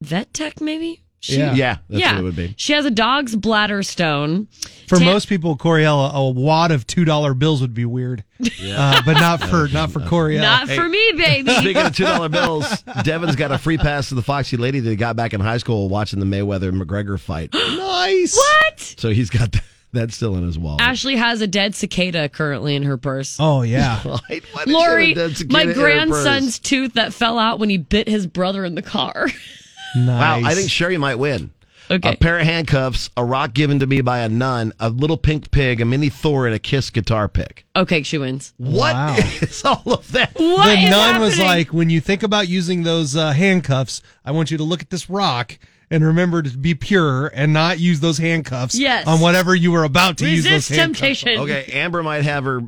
Speaker 11: vet tech, maybe. She,
Speaker 8: Yeah. Yeah,
Speaker 10: that's what it would be.
Speaker 11: She has a dog's bladder stone.
Speaker 8: For
Speaker 11: Ta-
Speaker 8: most people, Coriel, a wad of two dollar bills would be weird, uh, but
Speaker 10: *laughs*
Speaker 8: not for not for Coriel.
Speaker 11: Not for me, baby.
Speaker 10: Speaking of two dollar bills, Devin's got a free pass to the Foxy Lady that he got back in high school watching the Mayweather McGregor fight.
Speaker 8: nice.
Speaker 11: What?
Speaker 10: so he's got that, that's still in his wallet.
Speaker 11: Ashley has a dead cicada currently in her purse.
Speaker 8: Oh yeah.
Speaker 10: *laughs* Why did you have
Speaker 11: Lori,
Speaker 10: a dead cicada
Speaker 11: my
Speaker 10: in her
Speaker 11: grandson's
Speaker 10: purse?
Speaker 11: tooth that fell out when he bit his brother in the car.
Speaker 10: *laughs*
Speaker 11: *laughs*
Speaker 10: Wow, I think Sherry might win.
Speaker 11: Okay.
Speaker 10: A pair of handcuffs, a rock given to me by a nun, a little pink pig, a mini Thor, and a Kiss guitar pick.
Speaker 11: Okay, she wins.
Speaker 10: What
Speaker 8: Wow.
Speaker 10: *laughs* is all of that?
Speaker 8: the nun was like, when you think about using those uh, handcuffs, I want you to look at this rock and remember to be pure and not use those handcuffs
Speaker 10: Yes.
Speaker 8: on whatever you were about to use
Speaker 10: Resist
Speaker 8: those handcuffs. Oh,
Speaker 11: temptation.
Speaker 10: Okay, Amber might have her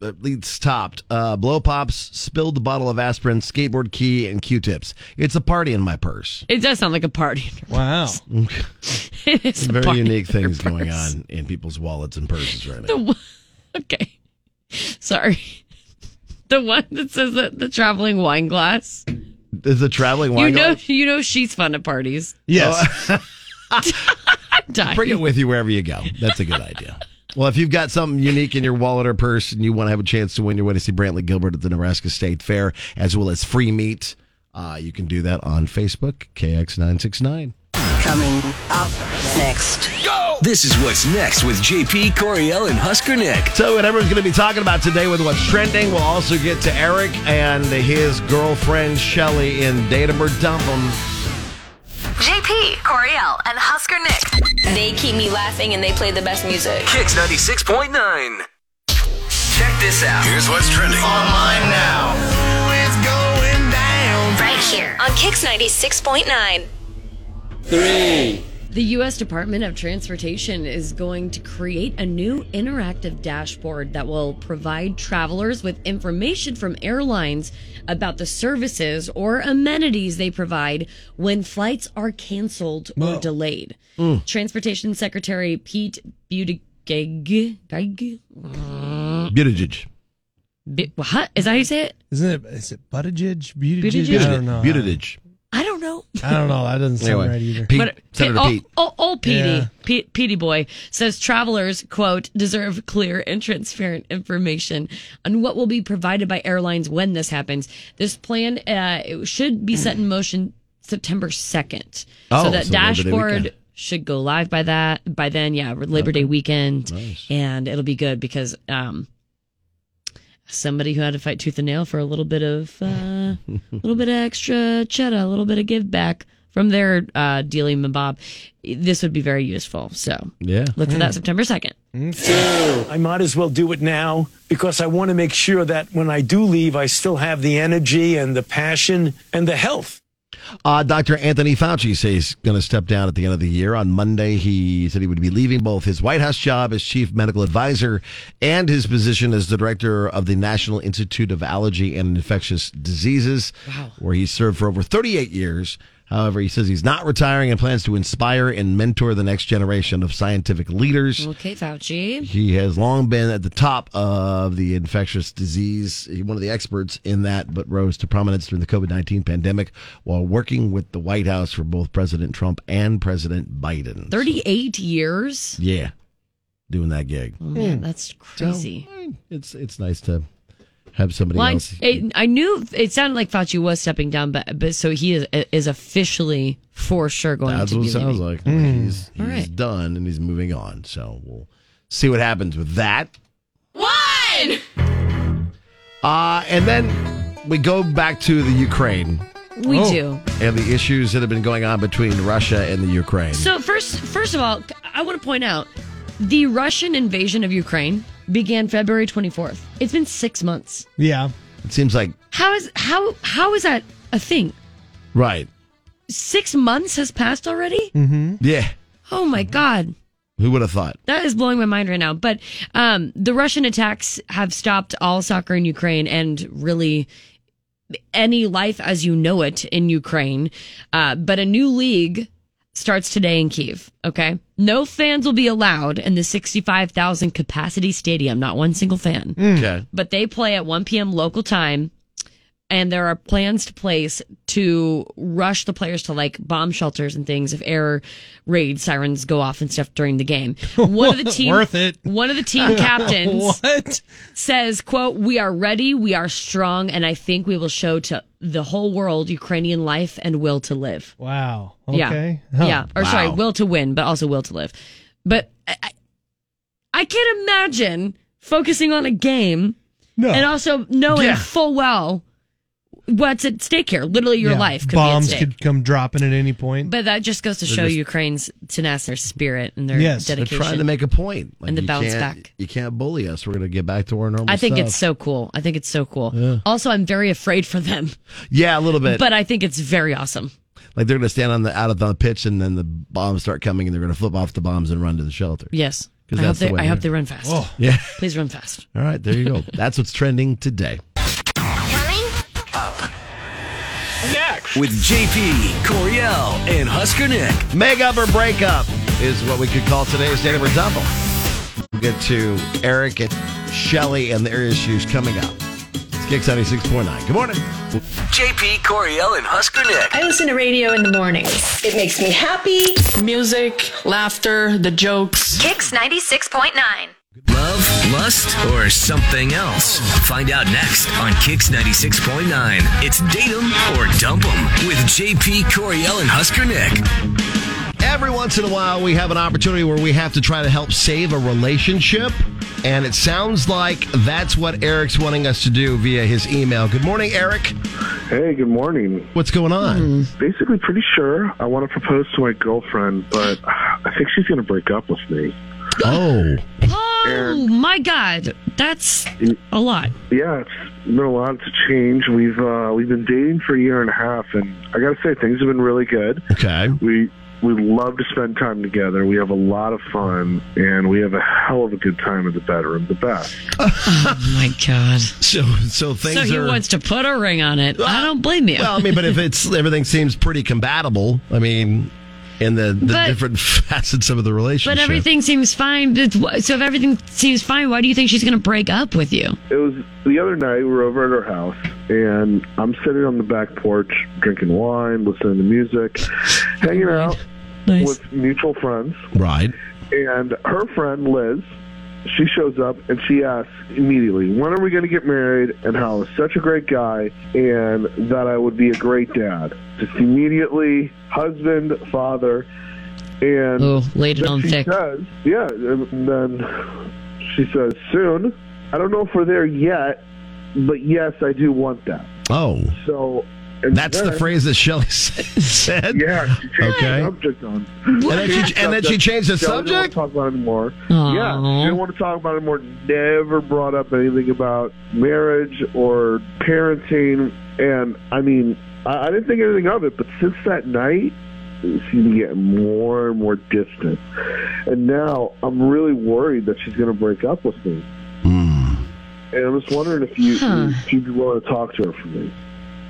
Speaker 10: uh, leads topped. Uh, blow pops, spilled bottle of aspirin, skateboard key, and Q-tips. It's a party in my purse.
Speaker 11: It does sound like a party. *laughs*
Speaker 10: *laughs*
Speaker 8: Wow.
Speaker 11: it is a
Speaker 10: Very
Speaker 11: party.
Speaker 10: unique things going on in people's wallets and purses right now.
Speaker 11: *laughs* okay. Sorry. The one that says that the traveling wine glass.
Speaker 10: Is the traveling wine
Speaker 11: you know,
Speaker 10: glass?
Speaker 11: you know, she's fun at parties. *laughs*
Speaker 10: *laughs* Yes.
Speaker 11: Dying.
Speaker 10: Bring it with you wherever you go. That's a good idea. Well, if you've got something unique in your wallet or purse and you want to have a chance to win your way to see Brantley Gilbert at the Nebraska State Fair, as well as free meat, uh, you can do that on Facebook, KX969.
Speaker 2: Coming up next. Go! This is what's next with JP, Coriel, and Husker Nick.
Speaker 10: So, whatever going to be talking about today with what's trending, we'll also get to Eric and his girlfriend Shelly in Datum or Dump 'Em.
Speaker 1: JP, Coriel, and Husker Nick. They keep me laughing and they play the best music.
Speaker 2: Kicks 96.9. Check this out. Here's what's trending
Speaker 1: Online
Speaker 2: now.
Speaker 1: It's going down right here on Kicks 96.9.
Speaker 11: Three. The U.S. Department of Transportation is going to create a new interactive dashboard that will provide travelers with information from airlines about the services or amenities they provide when flights are canceled or
Speaker 15: Whoa.
Speaker 11: delayed.
Speaker 15: Mm.
Speaker 11: Transportation Secretary Pete Buttigieg. Geig? Uh,
Speaker 10: Buttigieg.
Speaker 11: Bu- What? Is that how you say it?
Speaker 8: Isn't it? Is it Buttigieg? Buttigieg?
Speaker 11: Buttigieg?
Speaker 8: I don't know.
Speaker 10: Buttigieg.
Speaker 11: I don't know.
Speaker 8: I don't know. That doesn't sound
Speaker 10: Anyway,
Speaker 8: right either.
Speaker 10: Pete- Senator
Speaker 11: old,
Speaker 10: Pete.
Speaker 11: Old, oh, old
Speaker 8: Yeah.
Speaker 11: Petey, Pete, Petey boy says travelers, quote, deserve clear and transparent information on what will be provided by airlines when this happens. This plan uh, it should be set in motion September 2nd.
Speaker 15: Oh,
Speaker 11: so that
Speaker 15: so Labor Day
Speaker 11: dashboard
Speaker 15: weekend.
Speaker 11: should go live by that, by then. Yeah, Labor Day weekend. And it'll be good because, um, Somebody who had to fight tooth and nail for a little bit of
Speaker 15: *laughs*
Speaker 11: uh, a little bit of extra cheddar, a little bit of give back from their uh, dealing with Bob. This would be very useful. So
Speaker 10: Yeah.
Speaker 11: look for that September second.
Speaker 16: I might as well do it now because I want to make sure that when I do leave, I still have the energy and the passion and the health.
Speaker 10: Uh, Dr. Anthony Fauci says he's going to step down at the end of the year. On Monday, he said he would be leaving both his White House job as chief medical advisor and his position as the director of the National Institute of Allergy and Infectious Diseases, where he served for over 38 years. However, he says he's not retiring and plans to inspire and mentor the next generation of scientific leaders.
Speaker 11: Okay, Fauci.
Speaker 10: He has long been at the top of the infectious disease, He- one of the experts in that, but rose to prominence during the COVID 19 pandemic while working with the White House for both President Trump and President Biden.
Speaker 11: Thirty-eight years.
Speaker 10: Yeah, doing that gig.
Speaker 11: Oh, man, that's crazy.
Speaker 10: it's it's nice to have somebody
Speaker 11: Well,
Speaker 10: else.
Speaker 11: I, I knew it sounded like Fauci was stepping down, but but so he is is officially for sure going
Speaker 10: That's
Speaker 11: to
Speaker 10: what
Speaker 11: be
Speaker 10: it sounds
Speaker 11: leaving. Mm.
Speaker 10: like. He's, he's done and he's moving on. So we'll see what happens with that.
Speaker 11: One.
Speaker 10: Uh, and then we go back to the Ukraine.
Speaker 11: We Oh. do.
Speaker 10: And the issues that have been going on between Russia and the Ukraine.
Speaker 11: So first, first of all, I want to point out the Russian invasion of Ukraine began February 24th. It's been six months.
Speaker 10: yeah. It seems like,
Speaker 11: How is how how is that a thing?
Speaker 10: right.
Speaker 11: Six months has passed already.
Speaker 10: Mm-hmm. Yeah.
Speaker 11: Oh my god.
Speaker 10: Who would have thought?
Speaker 11: That is blowing my mind right now. But um, the Russian attacks have stopped all soccer in Ukraine and really any life as you know it in Ukraine. Uh, but a new league starts today in Kiev. Okay, no fans will be allowed in the sixty-five thousand capacity stadium. Not one single fan.
Speaker 10: Okay.
Speaker 11: But they play at one p.m. local time. And there are plans to place to rush the players to like bomb shelters and things if air raid sirens go off and stuff during the
Speaker 8: *laughs*
Speaker 11: game. One of the team
Speaker 8: Worth it.
Speaker 11: One of the
Speaker 8: *laughs*
Speaker 11: team captains
Speaker 8: What?
Speaker 11: says, "quote We are ready. We are strong, and I think we will show to the whole world Ukrainian life and will to live."
Speaker 8: Wow.
Speaker 11: Yeah.
Speaker 8: Okay.
Speaker 11: Yeah.
Speaker 8: Huh.
Speaker 11: Or sorry,
Speaker 8: Wow.
Speaker 11: will to win, but also will to live. But I, I- I can't imagine focusing on a game and also knowing
Speaker 8: Yeah.
Speaker 11: full well what's at stake here. Literally, your
Speaker 8: Yeah.
Speaker 11: life could
Speaker 8: Bombs
Speaker 11: be at stake.
Speaker 8: could come dropping at any point.
Speaker 11: But that just goes to
Speaker 8: They're
Speaker 11: show
Speaker 8: just-
Speaker 11: Ukraine's tenacity, their spirit, and their
Speaker 8: Yes. They're
Speaker 11: dedication.
Speaker 10: They're trying to make a point.
Speaker 11: and the
Speaker 10: you
Speaker 11: bounce
Speaker 10: can't-
Speaker 11: back.
Speaker 10: You can't bully us. We're going to get back to our normal
Speaker 11: I think
Speaker 10: stuff.
Speaker 11: it's so cool. I think it's so cool. Also, I'm very afraid for them,
Speaker 10: Yeah, a little bit.
Speaker 11: but I think it's very awesome.
Speaker 10: like they're going to stand on the out of the pitch and then the bombs start coming and they're going to flip off the bombs and run to the shelter.
Speaker 11: Yes.
Speaker 10: 'Cause
Speaker 11: I hope
Speaker 10: that's the
Speaker 11: they,
Speaker 10: way
Speaker 11: I hope
Speaker 10: they're-
Speaker 11: they run fast.
Speaker 10: Oh. Yeah.
Speaker 11: Please run fast.
Speaker 10: All right, there you go. That's what's trending today.
Speaker 2: With JP, Coriel, and Husker Nick.
Speaker 10: Make up or break up is what we could call today's date of double. We'll get to Eric and Shelley and their issues coming up. It's Kix 96.9. Good morning.
Speaker 2: JP, Coriel, and Husker Nick.
Speaker 15: I listen to radio in the mornings. It makes me happy.
Speaker 17: Music, laughter, the jokes.
Speaker 1: Kicks 96.9.
Speaker 2: Love, lust, or something else? Find out next on Kix 96.9. It's Date 'em or Dump 'em with JP, Coriel, and Husker Nick.
Speaker 10: Every once in a while, we have an opportunity where we have to try to help save a relationship. And it sounds like that's what Eric's wanting us to do via his email. Good morning, Eric.
Speaker 18: Hey, good morning.
Speaker 10: What's going
Speaker 11: Mm.
Speaker 10: on?
Speaker 18: Basically, pretty sure I want to propose to my girlfriend, but I think she's going to break up with me.
Speaker 10: Oh.
Speaker 11: Oh my God, that's a lot.
Speaker 18: Yeah, it's been a lot to change. We've uh, we've been dating for a year and a half, and I got to say things have been really good.
Speaker 10: Okay.
Speaker 18: We we love to spend time together. We have a lot of fun, and we have a hell of a good time in the bedroom. The best.
Speaker 11: Oh my God.
Speaker 10: So so things
Speaker 11: so he
Speaker 10: are.
Speaker 11: wants to put a ring on it. I don't blame you.
Speaker 10: well, I mean, but if it's everything seems pretty compatible, I mean, in the, the
Speaker 11: But-
Speaker 10: different *laughs* facets of the relationship.
Speaker 11: but everything seems fine. It's- So if everything seems fine, why do you think she's going to break up with you?
Speaker 18: It was the other night. We were over at her house, and I'm sitting on the back porch drinking wine, listening to music, hanging out with mutual friends.
Speaker 10: Right.
Speaker 18: And her friend Liz, she shows up and she asks immediately, "When are we going to get married?" And how I was such a great guy, and that I would be a great dad. Just immediately, husband, father, and
Speaker 11: Ooh, Oh, laid it
Speaker 18: then
Speaker 11: on
Speaker 18: she
Speaker 11: thick.
Speaker 18: Says, yeah, and then she says, "Soon." I don't know if we're there yet, but yes, I do want that.
Speaker 10: Oh.
Speaker 18: So. And
Speaker 10: That's the
Speaker 18: then-
Speaker 10: phrase that Shelley *laughs* said.
Speaker 18: Yeah. She changed
Speaker 10: Okay.
Speaker 18: The subject on.
Speaker 10: And then she- and then she changed the
Speaker 18: She didn't
Speaker 10: subject?
Speaker 18: want to talk about it anymore.
Speaker 10: Aw.
Speaker 18: Yeah. She didn't want to talk about it anymore. Never brought up anything about marriage or parenting. And I mean, I, I didn't think anything of it. But since that night, it seemed to get more and more distant. And now I'm really worried that she's going to break up with me.
Speaker 10: Hmm.
Speaker 18: And I'm just wondering if you
Speaker 11: Huh.
Speaker 18: if you'd be willing to talk to her for me.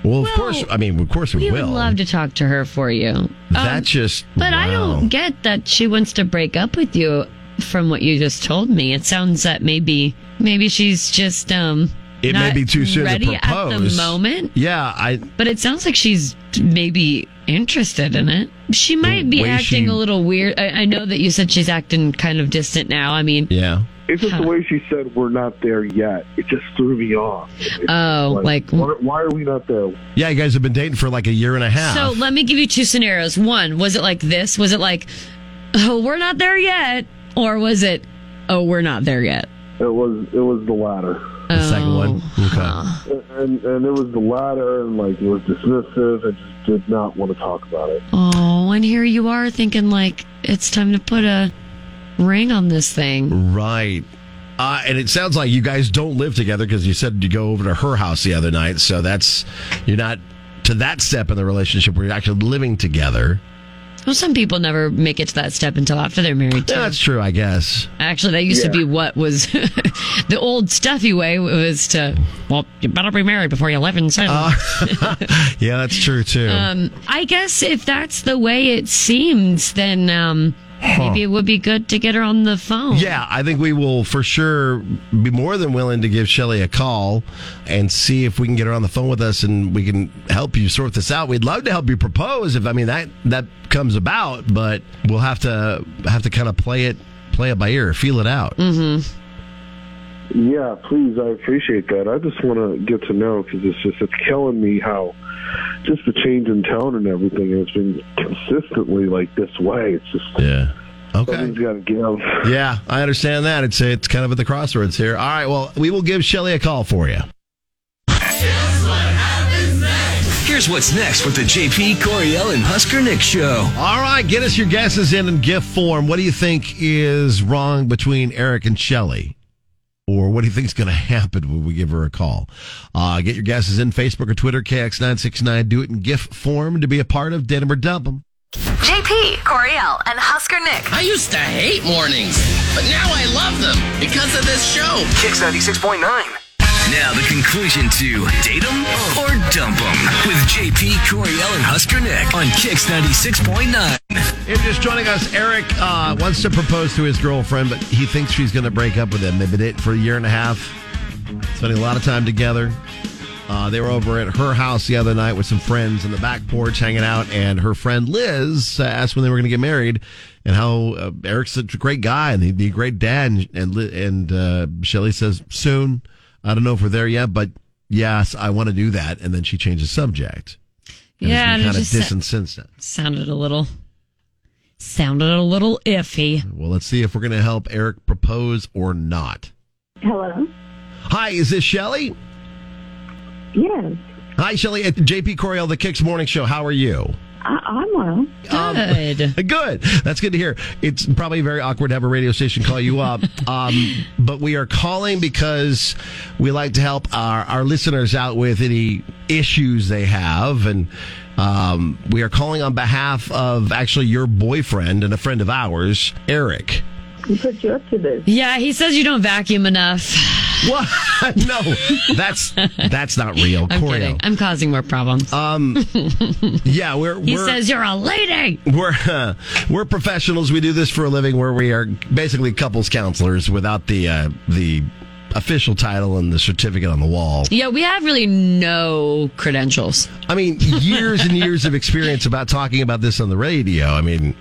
Speaker 10: Well, of course. I mean, of course we,
Speaker 11: We would
Speaker 10: will.
Speaker 11: love to talk to her for you. Um,
Speaker 10: that just.
Speaker 11: But I
Speaker 10: wow.
Speaker 11: don't get that she wants to break up with you from what you just told me. It sounds that maybe maybe she's just um
Speaker 10: It may
Speaker 11: not
Speaker 10: be too soon
Speaker 11: ready
Speaker 10: to propose
Speaker 11: at the moment.
Speaker 10: Yeah, I.
Speaker 11: But it sounds like she's maybe interested in it. She might be
Speaker 10: way
Speaker 11: acting
Speaker 10: she-
Speaker 11: a little weird. I, I know that you said she's acting kind of distant now. I mean,
Speaker 10: Yeah.
Speaker 18: It's just
Speaker 11: Huh.
Speaker 18: the way she said we're not there yet. It just threw me off. It's
Speaker 11: Oh, like-
Speaker 18: why, why are we not there?
Speaker 10: Yeah, you guys have been dating for like a year and a half.
Speaker 11: So let me give you two scenarios. One, was it like this? Was it like, oh, we're not there yet? Or was it, oh, we're not there yet?
Speaker 18: It was it was the latter, Oh.
Speaker 10: the second one.
Speaker 11: oh.
Speaker 10: Okay.
Speaker 18: and and it was the latter, and like it was dismissive, and just did not want to talk about it.
Speaker 11: Oh, and here you are thinking, like, it's time to put a ring on this thing.
Speaker 10: Right. Uh, and it sounds like you guys don't live together because you said you go over to her house the other night. So that's you're not to that step in the relationship where you're actually living together.
Speaker 11: Well, some people never make it to that step until after they're married.
Speaker 10: Yeah, that's true, I guess.
Speaker 11: Actually, that used to
Speaker 10: Yeah.
Speaker 11: be what was *laughs* the old stuffy way was to, well, you better be married before you live in sin.
Speaker 10: Uh. Yeah, that's true too.
Speaker 11: Um, I guess if that's the way it seems, then um, maybe it would be good to get her on the phone.
Speaker 10: yeah, I think we will for sure be more than willing to give Shelly a call and see if we can get her on the phone with us and we can help you sort this out. We'd love to help you propose if I mean that that comes about, but we'll have to have to kind of play it play it by ear, feel it out.
Speaker 11: Mm-hmm.
Speaker 18: Yeah, please, I appreciate that. I just want to get to know because it's just it's killing me how just the change in tone and everything has been consistently like this way. It's just
Speaker 10: yeah, okay.
Speaker 18: Something's got to give.
Speaker 10: Yeah, I understand that. It's it's kind of at the crossroads here. All right, well, we will give Shelly a call for you.
Speaker 2: Here's what's next with the JP, Coriel, and Husker Nick show.
Speaker 10: All right, get us your guesses in in gift form. What do you think is wrong between Eric and Shelly? Or what do you think is going to happen when we give her a call? Uh, get your guesses in Facebook or Twitter, KX969. Do it in GIF form to be a part of Denim or Dump 'Em.
Speaker 1: JP, Coriel, and Husker Nick.
Speaker 14: I used to hate mornings, but now I love them because of this show.
Speaker 2: Kicks 96.9. Now the conclusion to date 'em or dump 'em with JP Coriel and Husker Nick on Kix ninety six point nine.
Speaker 10: If you're just joining us, Eric uh, wants to propose to his girlfriend, but he thinks she's going to break up with him. They've been it for a year and a half, spending a lot of time together. Uh, they were over at her house the other night with some friends on the back porch hanging out, and her friend Liz uh, asked when they were going to get married and how uh, Eric's such a great guy and he'd be a great dad. And, and, Li- and uh, Shelly says, Soon. I don't know if we're there yet, but yes, I want to do that. And then she changes subject.
Speaker 11: Yeah, and
Speaker 10: kind
Speaker 11: it
Speaker 10: of
Speaker 11: just sa-
Speaker 10: distant since then.
Speaker 11: sounded a little sounded a little iffy.
Speaker 10: Well, let's see if we're going to help Eric propose or not.
Speaker 19: Hello.
Speaker 10: Hi, is this Shelly?
Speaker 19: Yes.
Speaker 10: Hi, Shelly. At JP Coriel, the Kicks Morning Show. How are you?
Speaker 19: I, I'm well.
Speaker 10: Um, Good. good. That's good to hear. It's probably very awkward to have a radio station call you
Speaker 19: *laughs*
Speaker 10: up. um, but we are calling because we like to help our, our listeners out with any issues they have. And um, we are calling on behalf of actually your boyfriend and a friend of ours, Eric.
Speaker 19: Who put you up to this?
Speaker 11: Yeah, he says you don't vacuum enough.
Speaker 10: What? *laughs* no, that's that's not real.
Speaker 11: I'm
Speaker 10: Coriel.
Speaker 11: kidding. I'm causing more problems.
Speaker 10: Um, yeah, we're.
Speaker 11: He
Speaker 10: we're-
Speaker 11: says you're a lady.
Speaker 10: We're *laughs* uh, we're professionals. We do this for a living, where we are basically couples counselors without the uh, the official title and the certificate on the wall.
Speaker 11: Yeah, we have really no credentials.
Speaker 10: I mean, years and years of experience about talking about this on the radio. I mean,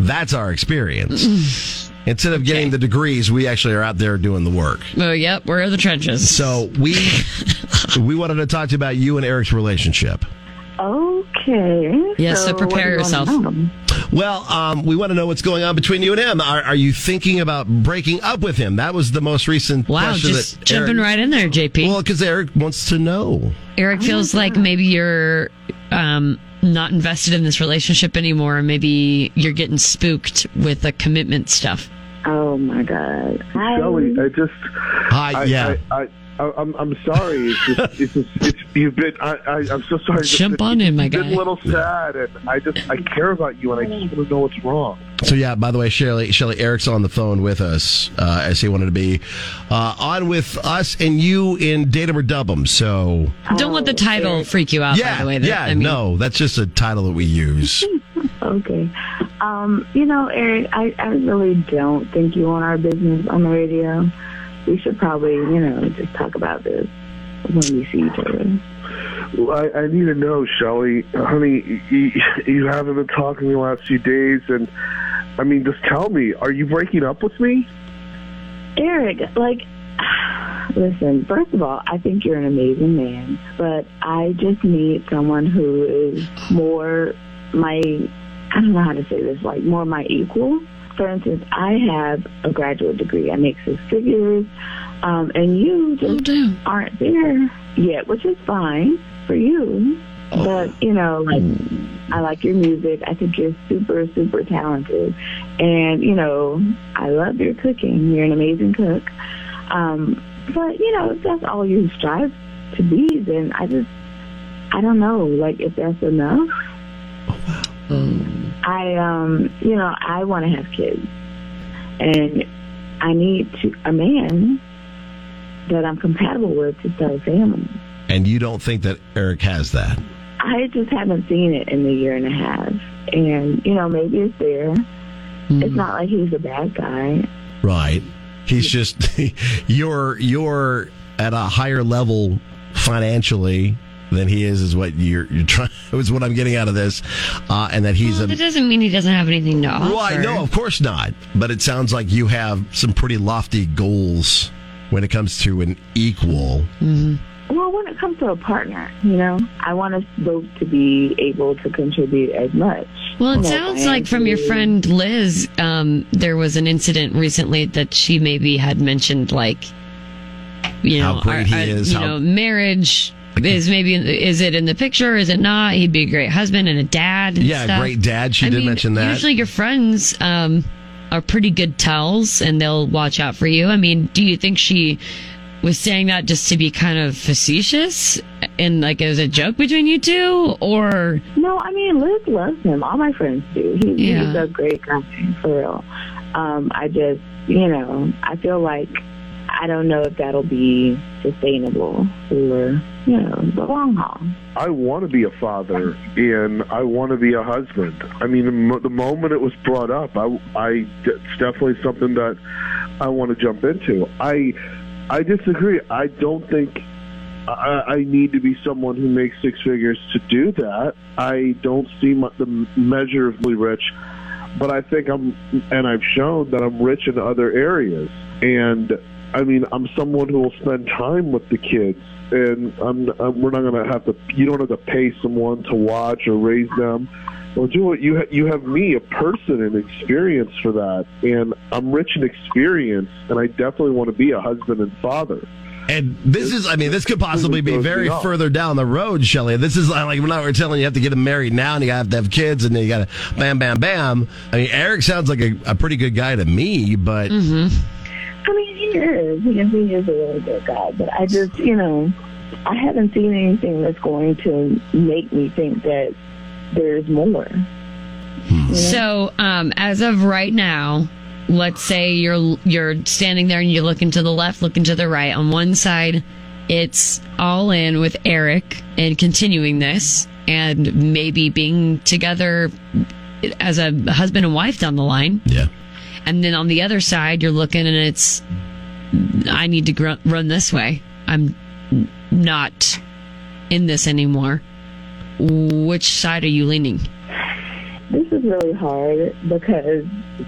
Speaker 10: that's our experience. Instead of getting the degrees, we actually are out there doing the work.
Speaker 11: Oh, yep, we're in the trenches.
Speaker 10: So we we wanted to talk to you about you and Eric's relationship.
Speaker 19: Okay.
Speaker 11: Yeah, so
Speaker 19: what do
Speaker 11: prepare
Speaker 19: you want
Speaker 11: yourself.
Speaker 19: to know?
Speaker 10: Well, um, we want to know what's going on between you and him. Are, are you thinking about breaking up with him? That was the most recent
Speaker 11: Wow,
Speaker 10: question.
Speaker 11: just
Speaker 10: that
Speaker 11: jumping
Speaker 10: Eric,
Speaker 11: right in there, JP.
Speaker 10: Well, because Eric wants to know.
Speaker 11: Eric feels like maybe you're um, not invested in this relationship anymore. and Maybe you're getting spooked with the commitment stuff.
Speaker 19: Oh my God. Hi.
Speaker 18: Shelly, I just.
Speaker 10: Hi.
Speaker 18: I,
Speaker 11: yeah.
Speaker 18: I, I, I, I'm, I'm sorry. It's just, it's just, it's, you've been. I, I, I'm so sorry.
Speaker 11: Jump
Speaker 18: It's-
Speaker 11: on in, my
Speaker 18: it's been
Speaker 11: guy.
Speaker 18: a little sad, and I just, I care about you, and I just want to know what's wrong.
Speaker 10: So yeah. By the way, Shirley, Shirley, Eric's on the phone with us uh, as he wanted to be uh, on with us and you in Datum or Dub'em. So Oh.
Speaker 11: Don't let the title freak you out.
Speaker 10: yeah,
Speaker 11: by the way. That-
Speaker 10: yeah,
Speaker 11: I mean,
Speaker 10: no, that's just a title that we use.
Speaker 19: Okay. Um, you know, Eric, I, I really don't think you want our business on the radio. We should probably, you know, just talk about this when we see each other.
Speaker 18: Well, I, I need to know, Shelly, honey. You, you haven't been talking the last few days, and I mean, just tell me. Are you breaking up with me?
Speaker 19: Eric, like, *sighs* listen, first of all, I think you're an amazing man, but I just need someone who is more my, I don't know how to say this, like more my equal. For instance, I have a graduate degree. I make six figures, um, and you just aren't there yet, which is fine for you. But, you know, like, I like your music. I think you're super, super talented. And, you know, I love your cooking. You're an amazing cook. Um, but, you know, if that's all you strive to be, then I just, I don't know, like, if that's enough. I, um, you know, I want to have kids. And I need to, a man that I'm compatible with to start a family.
Speaker 10: And you don't think that Eric has that?
Speaker 19: I just haven't seen it in the year and a half. And, you know, maybe it's there. It's not like he's a bad guy.
Speaker 10: Right. He's just *laughs* you're you're at a higher level financially than he is is what you're you're trying *laughs* is what I'm getting out of this. Uh, and that he's
Speaker 11: that
Speaker 10: a
Speaker 11: doesn't mean he doesn't have anything to offer.
Speaker 10: Right, no, of course not. But it sounds like you have some pretty lofty goals when it comes to an equal.
Speaker 19: Well, when it comes to a partner, you know, I want us both to be able to contribute as much.
Speaker 11: Well, it
Speaker 19: Like,
Speaker 11: sounds
Speaker 19: I
Speaker 11: like from your
Speaker 19: agree.
Speaker 11: friend Liz, um, there was an incident recently that she maybe had mentioned, like, you know,
Speaker 10: How great
Speaker 11: our-
Speaker 10: he
Speaker 11: our-
Speaker 10: is,
Speaker 11: you
Speaker 10: how-
Speaker 11: know, marriage is maybe is it in the picture? Is it not? He'd be a great husband and a dad. And
Speaker 10: Yeah,
Speaker 11: stuff.
Speaker 10: great dad. She did mention that.
Speaker 11: Usually, your friends um, are pretty good tells, and they'll watch out for you. I mean, do you think she? Was saying that just to be kind of facetious and like it was a joke between you two, or
Speaker 19: No, I mean, Liz loves him. All my friends do. He,
Speaker 11: Yeah.
Speaker 19: He's a great guy, for real. Um, I just, you know, I feel like I don't know if that'll be sustainable or, you know, the long haul.
Speaker 18: I want to be a father and I want to be a husband. I mean, the mo- the moment it was brought up, I, I, it's definitely something that I want to jump into. I, I disagree. I don't think I, I need to be someone who makes six figures to do that. I don't see my, the measure of really rich, but I think I'm, and I've shown that I'm rich in other areas. And I mean, I'm someone who will spend time with the kids, and I'm, i we're not going to have to. You don't have to pay someone to watch or raise them. Well, do it. You ha- you have me, a person, and experience for that, and I'm rich in experience, and I definitely want to be a husband and father.
Speaker 10: And this is, I mean, this could possibly be very further down the road, Shelley. This is like, we're not we're telling you have to get them married now and you have to have kids and then you got to bam, bam, bam. I mean, Eric sounds like a, a pretty good guy to me, but
Speaker 19: I mean, he is. He is, he is a really good guy, but I just, you know, I haven't seen anything that's going to make me think that there's more.
Speaker 11: So, um, as of right now, let's say you're you're standing there and you're looking to the left, looking to the right. On one side, it's all in with Eric and continuing this, and maybe being together as a husband and wife down the line.
Speaker 10: Yeah.
Speaker 11: And then on the other side, you're looking and it's I need to gr- run this way. I'm not in this anymore. Which side are you leaning?
Speaker 19: This is really hard because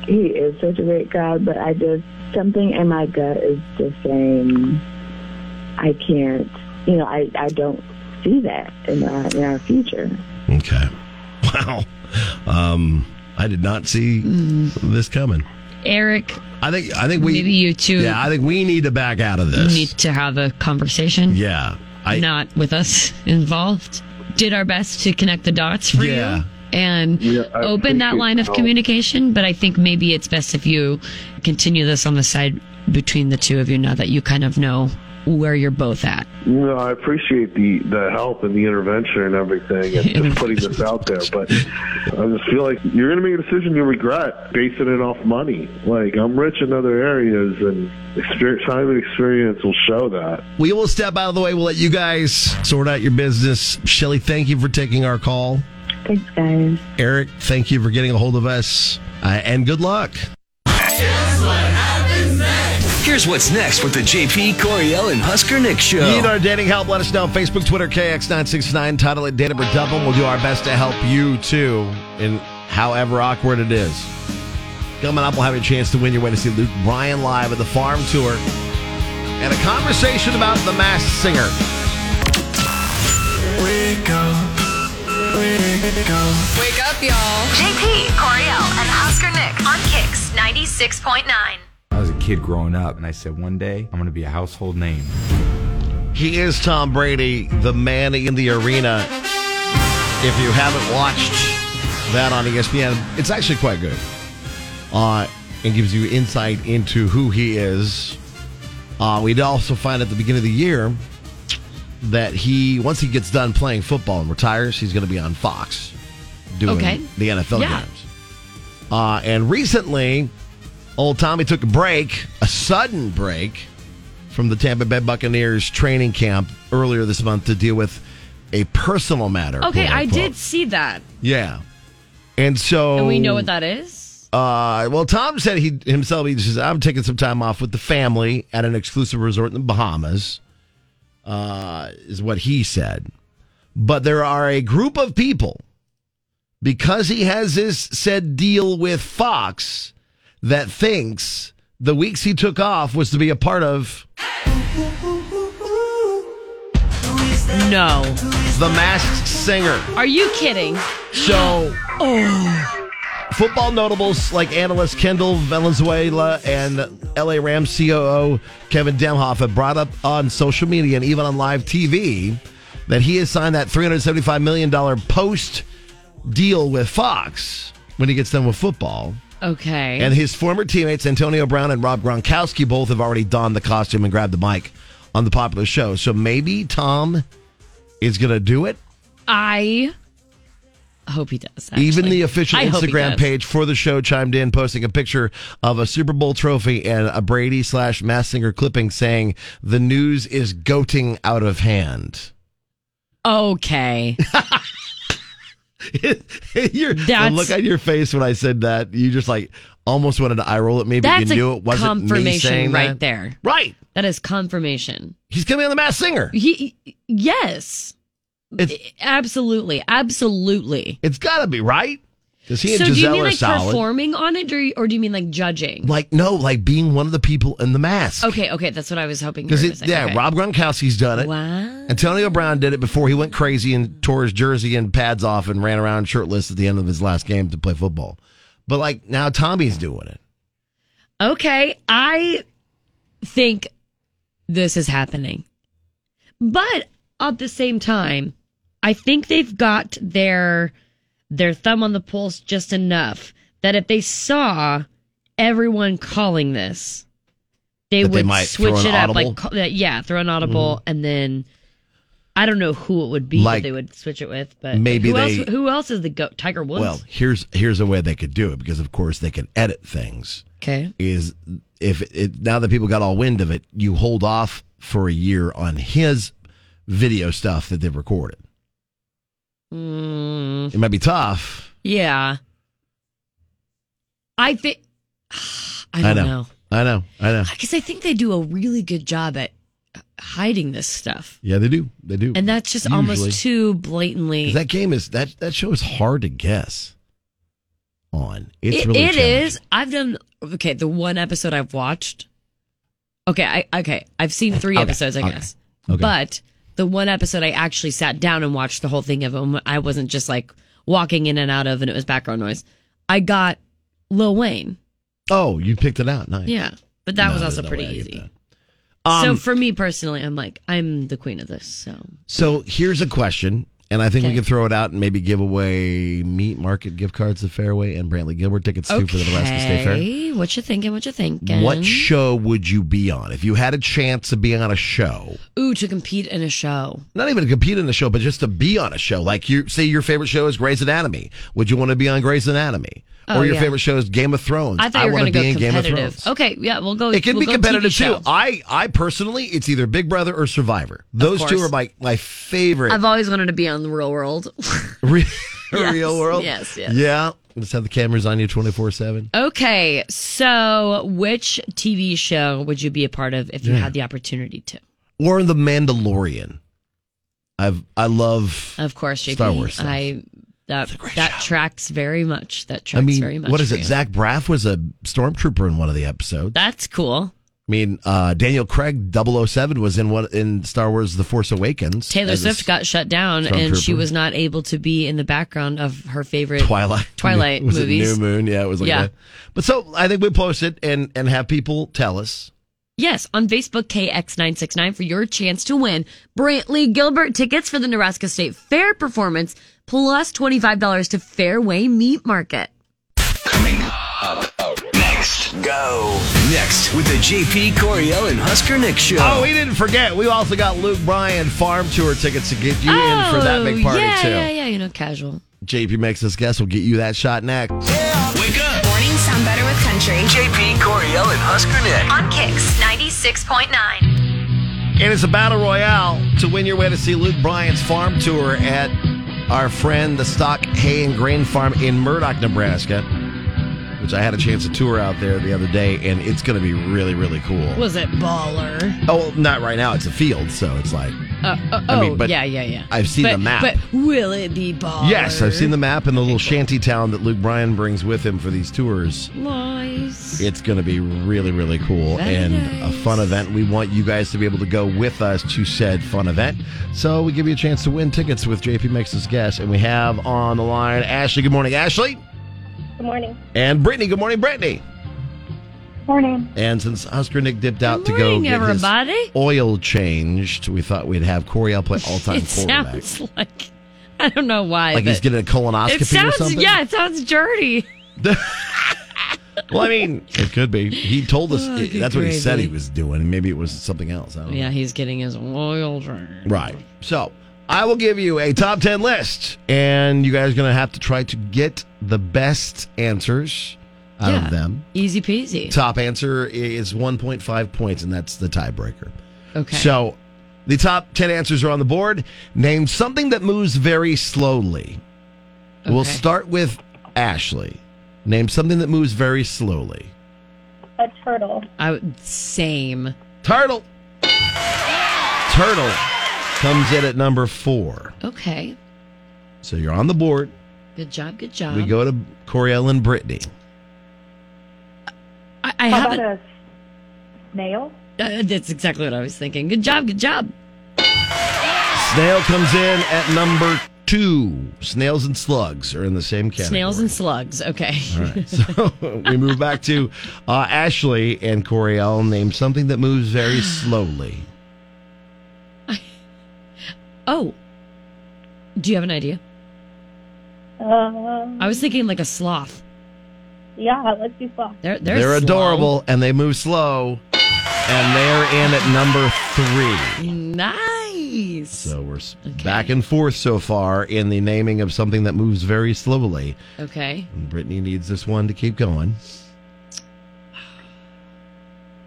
Speaker 19: he is such a great guy, but I just, something in my gut is just saying, I can't, you know, I, I don't see that in our, in our future.
Speaker 10: Okay. *laughs* Wow. Um, I did not see this coming.
Speaker 11: Eric,
Speaker 10: I think I think we
Speaker 11: Mm. Maybe you two-
Speaker 10: Yeah, I think we need to back out of
Speaker 11: you
Speaker 10: this.
Speaker 11: need to have a conversation.
Speaker 10: yeah. I
Speaker 11: not with us involved. Did our best to connect the dots for
Speaker 10: Yeah.
Speaker 11: you and open
Speaker 10: appreciate
Speaker 11: that line of
Speaker 10: the help.
Speaker 11: communication. But I think maybe it's best if you continue this on the side between the two of you now that you kind of know where you're both at.
Speaker 18: No, I appreciate the, the help and the intervention and
Speaker 11: *laughs*
Speaker 18: everything and just putting this out there, but I just feel like you're going to make a decision you regret basing it off money. Like, I'm rich in other areas, and experience, time and experience will show that.
Speaker 10: *laughs* We will step out of the way. We'll let you guys sort out your business. Shelly, thank you for taking our call.
Speaker 19: Thanks, guys.
Speaker 10: Eric, thank you for getting a hold of us. Uh, and good luck.
Speaker 2: Here's what's next with the JP Coriel and Husker Nick show.
Speaker 10: You need our dating help. Let us know. Facebook, Twitter, KX969. Title it Datum or Dump 'Em. We'll do our best to help you, too, in however awkward it is. Coming up, we'll have a chance to win your way to see Luke Bryan live at the farm tour and a conversation about the masked singer.
Speaker 2: Wake up. Wake up.
Speaker 1: Wake up, y'all. JP, Coriel, and Husker Nick on Kicks 96.9.
Speaker 20: I was a kid growing up, and I said, one day I'm going to be a household name.
Speaker 10: He is Tom Brady, the man in the arena. If you haven't watched that on E ESPN, it's actually quite good. Uh, and gives you insight into who he is. Uh, we'd also find at the beginning of the year that he, once he gets done playing football and retires, he's going to be on Fox doing
Speaker 11: Okay.
Speaker 10: the NFL
Speaker 11: Yeah.
Speaker 10: games. Uh, and recently, old Tommy took a break, a sudden break, from the Tampa Bay Buccaneers training camp earlier this month to deal with a personal matter.
Speaker 11: Okay,
Speaker 10: quote,
Speaker 11: I
Speaker 10: unquote.
Speaker 11: did see that.
Speaker 10: Yeah. And so.
Speaker 11: And we know what that is.
Speaker 10: Uh, well, Tom said he himself, he says, I'm taking some time off with the family at an exclusive resort in the Bahamas, uh, is what he said. But there are a group of people, because he has this said deal with Fox, that thinks the weeks he took off was to be a part of
Speaker 11: No.
Speaker 10: The Masked Singer.
Speaker 11: Are you kidding?
Speaker 10: So, football notables like analyst Kendall Valenzuela and LA Rams COO Kevin Demhoff have brought up on social media and even on live TV that he has signed that $375 million post deal with Fox when he gets done with football.
Speaker 11: Okay.
Speaker 10: And his former teammates Antonio Brown and Rob Gronkowski both have already donned the costume and grabbed the mic on the popular show. So maybe Tom is going to do it.
Speaker 11: I I hope he does.
Speaker 10: Even
Speaker 11: actually.
Speaker 10: the official
Speaker 11: I hope he
Speaker 10: Instagram
Speaker 11: does.
Speaker 10: page for the show chimed in, posting a picture of a Super Bowl trophy and a Brady slash Massinger clipping saying, The news is goating out of hand. *laughs*
Speaker 11: Okay.
Speaker 10: Your- the
Speaker 11: That's-
Speaker 10: look on your face when I said that, you just like almost wanted to eye roll at me, but
Speaker 11: That's
Speaker 10: you knew
Speaker 11: a
Speaker 10: it wasn't me
Speaker 11: confirmation
Speaker 10: saying
Speaker 11: right
Speaker 10: that.
Speaker 11: there.
Speaker 10: Right.
Speaker 11: That is confirmation.
Speaker 10: He's coming on the Mass Singer.
Speaker 11: He, yes. absolutely. Absolutely.
Speaker 10: It's got to be, right? Because he and
Speaker 11: so do you
Speaker 10: Giselle
Speaker 11: mean
Speaker 10: are
Speaker 11: like
Speaker 10: solid.
Speaker 11: performing on it or, you- or do you mean like judging?
Speaker 10: like, no, like being one of the people in the mask.
Speaker 11: Okay, okay, that's what I was hoping.
Speaker 10: Because
Speaker 11: Because
Speaker 10: it, yeah, Rob Gronkowski's done it.
Speaker 11: Wow.
Speaker 10: Antonio Brown did it before he went crazy and tore his jersey and pads off and ran around shirtless at the end of his last game to play football. But like now, Tommy's doing it.
Speaker 11: Okay, I think this is happening. But at the same time, I think they've got their their thumb on the pulse just enough that if they saw everyone calling this, they
Speaker 10: That
Speaker 11: would
Speaker 10: they might
Speaker 11: switch
Speaker 10: throw an
Speaker 11: it up
Speaker 10: audible? Mm-hmm.
Speaker 11: like call- that- yeah, throw an audible and then I don't know who it would be
Speaker 10: Like,
Speaker 11: that they would switch it with, but
Speaker 10: maybe
Speaker 11: who
Speaker 10: they-
Speaker 11: else, who else is the go- Tiger Woods?
Speaker 10: Well, here's here's a way they could do it because of course they can edit things.
Speaker 11: okay.
Speaker 10: Is if it now that people got all wind of it, you hold off for a year on his video stuff that they've recorded.
Speaker 11: Mm.
Speaker 10: It might be tough.
Speaker 11: Yeah. I think *sighs* I don't know.
Speaker 10: I know. I know.
Speaker 11: Because I think they do a really good job at hiding this stuff.
Speaker 10: Yeah, they do. They do.
Speaker 11: And that's just
Speaker 10: Usually.
Speaker 11: almost too blatantly.
Speaker 10: 'Cause that game is that that show is hard to guess on. It's
Speaker 11: It-
Speaker 10: really
Speaker 11: it
Speaker 10: challenging.
Speaker 11: is. I've done okay, the one episode I've watched. Okay, I okay. I've seen three
Speaker 10: Okay,
Speaker 11: episodes, I
Speaker 10: okay,
Speaker 11: guess.
Speaker 10: okay.
Speaker 11: But the one episode I actually sat down and watched the whole thing of them. I wasn't just like walking in and out of and it was background noise. I got Lil Wayne.
Speaker 10: Oh, you picked it out. Nice.
Speaker 11: Yeah. But that
Speaker 10: No,
Speaker 11: was
Speaker 10: there's
Speaker 11: also
Speaker 10: no
Speaker 11: pretty
Speaker 10: way I get
Speaker 11: easy.
Speaker 10: Um,
Speaker 11: so for me personally, I'm like, I'm the queen of this. So
Speaker 10: So here's a question, and I think we
Speaker 11: Okay.
Speaker 10: can throw it out and maybe give away meat market gift cards to Fairway and Brantley Gilbert tickets too for the Nebraska State Fair.
Speaker 11: Okay, What you thinking? What you thinking?
Speaker 10: What show would you be on if you had a chance to be on a show?
Speaker 11: Ooh, to compete in a show.
Speaker 10: Not even to compete in a show, but just to be on a show. Like you say, your favorite show is Grey's Anatomy. Would you want to be on Grey's Anatomy?
Speaker 11: Oh,
Speaker 10: or your
Speaker 11: yeah.
Speaker 10: favorite show is Game of Thrones.
Speaker 11: I thought you were
Speaker 10: want to
Speaker 11: going to go
Speaker 10: be in Game of Thrones.
Speaker 11: competitive. Oh, Okay, yeah, we'll go.
Speaker 10: It can
Speaker 11: we'll
Speaker 10: be
Speaker 11: go
Speaker 10: competitive
Speaker 11: TV
Speaker 10: too.
Speaker 11: show.
Speaker 10: I, I personally, it's either Big Brother or Survivor. Those two
Speaker 11: course.
Speaker 10: are my my favorite.
Speaker 11: I've always wanted to be on the Real World. *laughs*
Speaker 10: Re- *laughs*
Speaker 11: Yes,
Speaker 10: real world.
Speaker 11: yes, yes.
Speaker 10: Yeah. Just have the cameras on you 24 7.
Speaker 11: okay, so which TV show would you be a part of if you
Speaker 10: Yeah.
Speaker 11: had the opportunity to?
Speaker 10: Or The Mandalorian. I've, I love.
Speaker 11: Of course, JP.
Speaker 10: Star Wars. stuff.
Speaker 11: I that that tracks very much. That
Speaker 10: I
Speaker 11: tracks very
Speaker 10: mean,
Speaker 11: much.
Speaker 10: what is
Speaker 11: for
Speaker 10: it?
Speaker 11: you.
Speaker 10: Zach Braff was a stormtrooper in one of the episodes.
Speaker 11: That's cool.
Speaker 10: I mean, uh, Daniel Craig 007 was in one in Star Wars The Force Awakens.
Speaker 11: Taylor
Speaker 10: as a
Speaker 11: Swift got shut down, and she
Speaker 10: Stormtrooper.
Speaker 11: was not able to be in the background of her favorite
Speaker 10: Twilight.
Speaker 11: *laughs*
Speaker 10: *laughs*
Speaker 11: Twilight
Speaker 10: was
Speaker 11: movies.
Speaker 10: It New Moon. Yeah, it was like
Speaker 11: Yeah.
Speaker 10: that. But so I think we post it and and have people tell us.
Speaker 11: Yes, on Facebook KX969 for your chance to win Brantley Gilbert tickets for the Nebraska State Fair performance, plus $25 to Fairway Meat Market.
Speaker 2: Next, go. Next with the JP Coriel and Husker Nick show.
Speaker 10: Oh, we didn't forget. We also got Luke Bryan farm tour tickets to get you in for that big party
Speaker 11: Oh, yeah,
Speaker 10: too.
Speaker 11: yeah, yeah, you know, casual.
Speaker 10: JP makes us guess. We'll get you that shot next.
Speaker 2: Wake up.
Speaker 14: Mornings sound better with country.
Speaker 2: JP Coriel and Husker Nick.
Speaker 1: On Kicks 96.9.
Speaker 10: It is a battle royale to win your way to see Luke Bryan's farm tour at our friend the Stock Hay and Grain Farm in Murdoch, Nebraska, which I had a chance to tour out there the other day, and it's going to be really, really cool.
Speaker 11: Was it baller?
Speaker 10: Oh, not right now. It's a field, so it's like
Speaker 11: Uh, uh, oh,
Speaker 10: I mean, but
Speaker 11: yeah, yeah, yeah.
Speaker 10: I've seen
Speaker 11: but,
Speaker 10: the map.
Speaker 11: But will it be baller?
Speaker 10: Yes, I've seen the map and the little shanty town that Luke Bryan brings with him for these tours.
Speaker 11: Nice.
Speaker 10: It's going to be really, really cool
Speaker 11: Very
Speaker 10: and
Speaker 11: nice.
Speaker 10: a fun event. We want you guys to be able to go with us to said fun event. So we give you a chance to win tickets with JP Makes Us Guess. And we have on the line Ashley. Good morning, Ashley.
Speaker 21: Good morning.
Speaker 10: And Brittany. Good morning, Brittany.
Speaker 21: Morning.
Speaker 10: And since Oscar Nick dipped out to go
Speaker 11: morning,
Speaker 10: get his
Speaker 11: everybody.
Speaker 10: oil changed, we thought we'd have Coriel
Speaker 11: *laughs*
Speaker 10: play all time
Speaker 11: It
Speaker 10: quarterback.
Speaker 11: sounds like, I don't know why.
Speaker 10: Like he's
Speaker 11: but
Speaker 10: getting a colonoscopy
Speaker 11: it sounds,
Speaker 10: or something.
Speaker 11: Yeah, it sounds dirty.
Speaker 10: Well, I mean, it could be. He told us
Speaker 11: Oh, good
Speaker 10: that's what he said he
Speaker 11: gravy.
Speaker 10: was doing. Maybe it was something else. I don't
Speaker 11: Yeah, he's getting his oil drain.
Speaker 10: know. Right. So I will give you a top 10 list, and you guys are going to have to try to get the best answers out
Speaker 11: Yeah.
Speaker 10: of them.
Speaker 11: Easy peasy.
Speaker 10: Top answer is 1.5 points, and that's the tiebreaker.
Speaker 11: Okay.
Speaker 10: So the top 10 answers are on the board. Name something that moves very slowly. We'll
Speaker 21: Okay.
Speaker 10: start with Ashley. Name something that moves very slowly.
Speaker 21: A turtle.
Speaker 11: I would- same.
Speaker 10: Turtle. Turtle comes in at number four.
Speaker 11: Okay.
Speaker 10: So you're on the board.
Speaker 11: Good job. Good job.
Speaker 10: We go to Coriel and Brittany.
Speaker 11: I, I
Speaker 21: How
Speaker 11: haven't.
Speaker 21: about a snail?
Speaker 11: Uh, that's exactly what I was thinking. Good job. Good job.
Speaker 10: Snail comes in at number two. Snails and slugs are in the same category.
Speaker 11: Snails and slugs. Okay.
Speaker 10: All right. *laughs* So we move back to uh, Ashley and Coriel. Name something that moves very slowly.
Speaker 11: *laughs* Oh. Do you have an idea?
Speaker 21: Um,
Speaker 11: I was thinking like a sloth.
Speaker 21: yeah, let's do sloth.
Speaker 11: They're they're,
Speaker 10: They're
Speaker 11: slow.
Speaker 10: adorable and they move slow. And they're in at number three.
Speaker 11: Nice.
Speaker 10: So we're s back and forth so far in the naming of something that moves very slowly.
Speaker 11: Okay.
Speaker 10: And Brittany needs this one to keep going.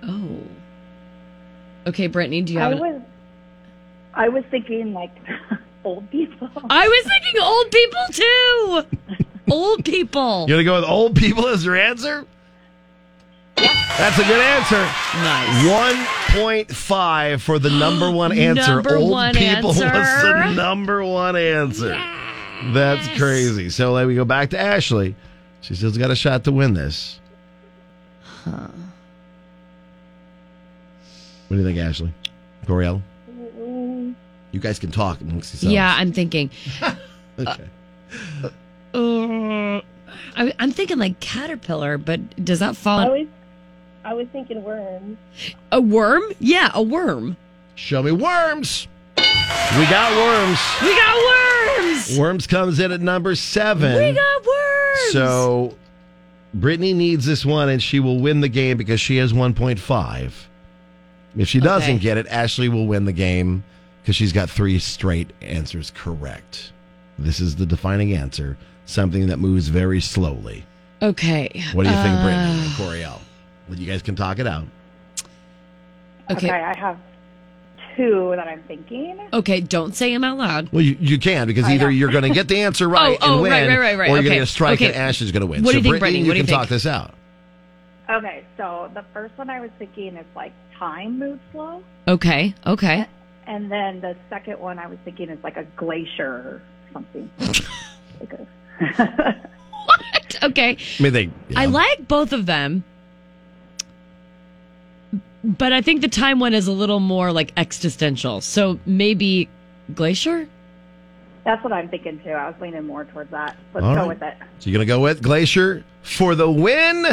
Speaker 11: Oh. Okay, Brittany, do you
Speaker 21: I
Speaker 11: have? an-
Speaker 21: was, I was thinking like *laughs* old people.
Speaker 11: I was thinking old people
Speaker 21: *laughs*
Speaker 11: too. old people.
Speaker 10: You're gonna go with old people as your answer? That's a good answer.
Speaker 11: Nice.
Speaker 10: One point five for the number one answer.
Speaker 11: Number
Speaker 10: old
Speaker 11: one
Speaker 10: people was
Speaker 11: answer.
Speaker 10: the number one answer. That's crazy. So like we go back to Ashley. She still's got a shot to win this.
Speaker 11: Huh.
Speaker 10: What do you think, Ashley? Coriel?
Speaker 21: Mm,
Speaker 10: You guys can talk amongst yourselves.
Speaker 11: Yeah, I'm thinking.
Speaker 10: *laughs* Okay.
Speaker 11: Uh, I, I'm thinking like caterpillar, but does that fall?
Speaker 21: I
Speaker 11: in-
Speaker 21: was, I was thinking worms.
Speaker 11: a worm? Yeah, a worm.
Speaker 10: Show me worms. We got worms.
Speaker 11: We got worms.
Speaker 10: Worms comes in at number seven.
Speaker 11: We got worms.
Speaker 10: So Brittany needs this one and she will win the game because she has 1.5. If she doesn't
Speaker 11: Okay.
Speaker 10: get it, Ashley will win the game because she's got three straight answers correct. This is the defining answer something that moves very slowly.
Speaker 11: okay.
Speaker 10: What do you think,
Speaker 11: Uh,
Speaker 10: Brittany and Coriel? Well, you guys can talk it out.
Speaker 11: uh, Okay.
Speaker 21: I have two that I'm thinking.
Speaker 11: Okay, don't say them out loud.
Speaker 10: Well, you, you can because either you're going to get the answer right
Speaker 11: *laughs* Oh,
Speaker 10: and
Speaker 11: oh,
Speaker 10: win,
Speaker 11: right, right, right, right.
Speaker 10: or you're going
Speaker 11: Okay.
Speaker 10: to strike
Speaker 11: Okay.
Speaker 10: and Ashley's going to win.
Speaker 11: What
Speaker 10: so
Speaker 11: do you think, Brittany?
Speaker 10: Brittany,
Speaker 11: What do
Speaker 10: you
Speaker 11: you
Speaker 10: can talk
Speaker 11: think?
Speaker 10: this out.
Speaker 21: Okay, so the first one I was thinking is like time moves slow,
Speaker 11: Okay. Okay. *laughs*
Speaker 21: and then the second one I was thinking is like a glacier or something. Like a-
Speaker 11: What? Okay.
Speaker 10: I mean, they.
Speaker 11: I like both of them. But I think the time one is a little more like existential. So maybe Glacier?
Speaker 21: That's what I'm thinking too. I was leaning more towards that. Let's
Speaker 10: All
Speaker 21: go
Speaker 10: right.
Speaker 21: with it.
Speaker 10: So you're going to go with Glacier for the win.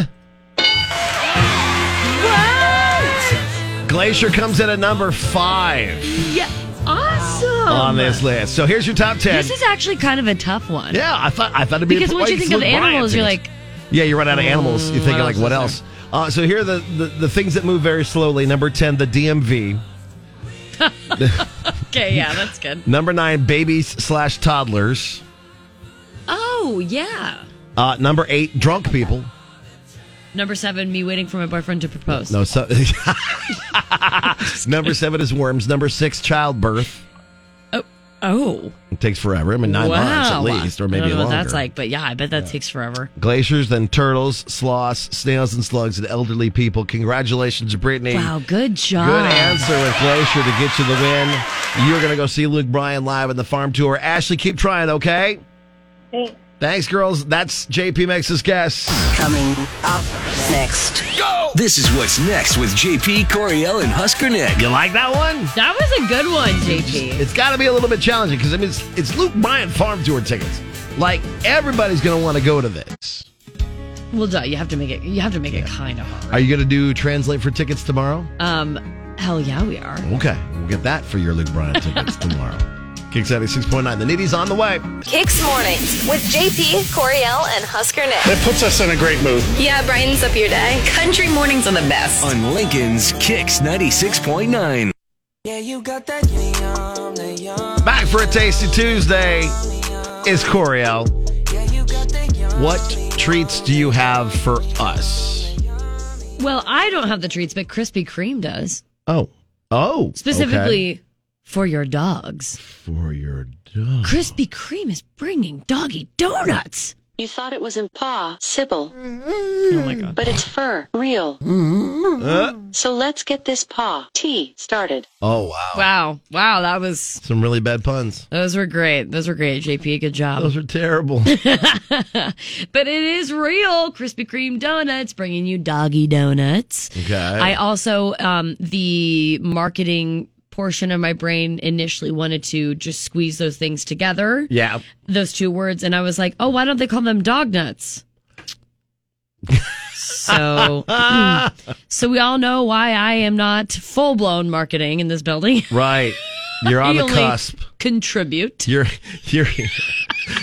Speaker 10: Glacier comes in at number five
Speaker 11: Yeah. Awesome.
Speaker 10: on this list. So here's your top ten.
Speaker 11: This is actually kind of a tough one.
Speaker 10: yeah, I thought I thought it'd be
Speaker 11: Because once you think of
Speaker 10: Look, Brian
Speaker 11: animals, you're
Speaker 10: thinks-
Speaker 11: like,
Speaker 10: Yeah, you run out of animals. You think
Speaker 11: what
Speaker 10: like
Speaker 11: else
Speaker 10: what
Speaker 11: is
Speaker 10: else? Uh, so here are the, the the things that move very slowly. Number ten, the DMV.
Speaker 11: okay, yeah, that's
Speaker 10: *laughs*
Speaker 11: good.
Speaker 10: Number nine, babies slash toddlers.
Speaker 11: Oh, yeah.
Speaker 10: Uh, number eight, drunk people.
Speaker 11: Number seven, me waiting for my boyfriend to propose.
Speaker 10: No, so, *laughs* number seven is worms. Number six, childbirth.
Speaker 11: Oh.
Speaker 10: It takes forever. I mean, nine months at least, or
Speaker 11: I
Speaker 10: maybe
Speaker 11: don't know
Speaker 10: longer.
Speaker 11: what that's like, but yeah, I bet that takes forever.
Speaker 10: Glaciers, then turtles, sloths, snails, and slugs, and elderly people. Congratulations, Brittany.
Speaker 11: Wow, good job.
Speaker 10: Good answer with Glacier to get you the win. You're going to go see Luke Bryan live in the farm tour. Ashley, keep trying, okay?
Speaker 21: Thanks.
Speaker 10: Thanks, girls. That's JP Max's guess.
Speaker 2: Coming up next. Go! This is what's next with JP, Coriel, and Husker Nick.
Speaker 10: You like that one?
Speaker 11: That was a good one, JP.
Speaker 10: It's got to be a little bit challenging because I mean, it's, it's Luke Bryan farm tour tickets. Like everybody's going to want to go to this.
Speaker 11: Well, duh, you have to make it. You have to make it kind of hard.
Speaker 10: Are you going to do translate for tickets tomorrow?
Speaker 11: Um, hell yeah, we are.
Speaker 10: Okay, we'll get that for your Luke Bryan tickets tomorrow. Kicks out at six point nine. The Nitty's on the way.
Speaker 1: Kicks Mornings with JP, Coriel, and Husker Nick.
Speaker 10: puts us in a great mood.
Speaker 14: Yeah, brightens up your day. Country mornings on the best.
Speaker 2: On Lincoln's Kicks 96.9.
Speaker 3: Yeah, you got that yum, that
Speaker 10: Back for a tasty Tuesday is Coriel. What treats do you have for us?
Speaker 11: Well, I don't have the treats, but Krispy Kreme does.
Speaker 10: Oh, oh,
Speaker 11: Specifically
Speaker 10: okay.
Speaker 11: for your dogs.
Speaker 10: for your dog.
Speaker 11: Krispy Kreme is bringing doggy donuts.
Speaker 3: You thought it was impossible.
Speaker 11: Oh my God.
Speaker 3: But it's for real.
Speaker 10: Uh,
Speaker 3: So let's get this paw tea started.
Speaker 10: oh wow,
Speaker 11: Wow. Wow. That was,
Speaker 10: some really bad puns.
Speaker 11: those were great. Those were great, JP. Good job.
Speaker 10: Those are terrible. *laughs*
Speaker 11: *laughs* but it is real. Krispy Kreme donuts bringing you doggy donuts.
Speaker 10: Okay.
Speaker 11: I also, um, the marketing portion of my brain initially wanted to just squeeze those things together,
Speaker 10: yeah.
Speaker 11: those two words. And I was like, oh, why don't they call them dog
Speaker 10: *laughs*
Speaker 11: nuts? so, *clears throat* so we all know why I am not full blown marketing in this building.
Speaker 10: Right.
Speaker 11: *laughs*
Speaker 10: You're on
Speaker 11: I
Speaker 10: the
Speaker 11: only
Speaker 10: cusp.
Speaker 11: Contribute.
Speaker 10: You're *laughs* you're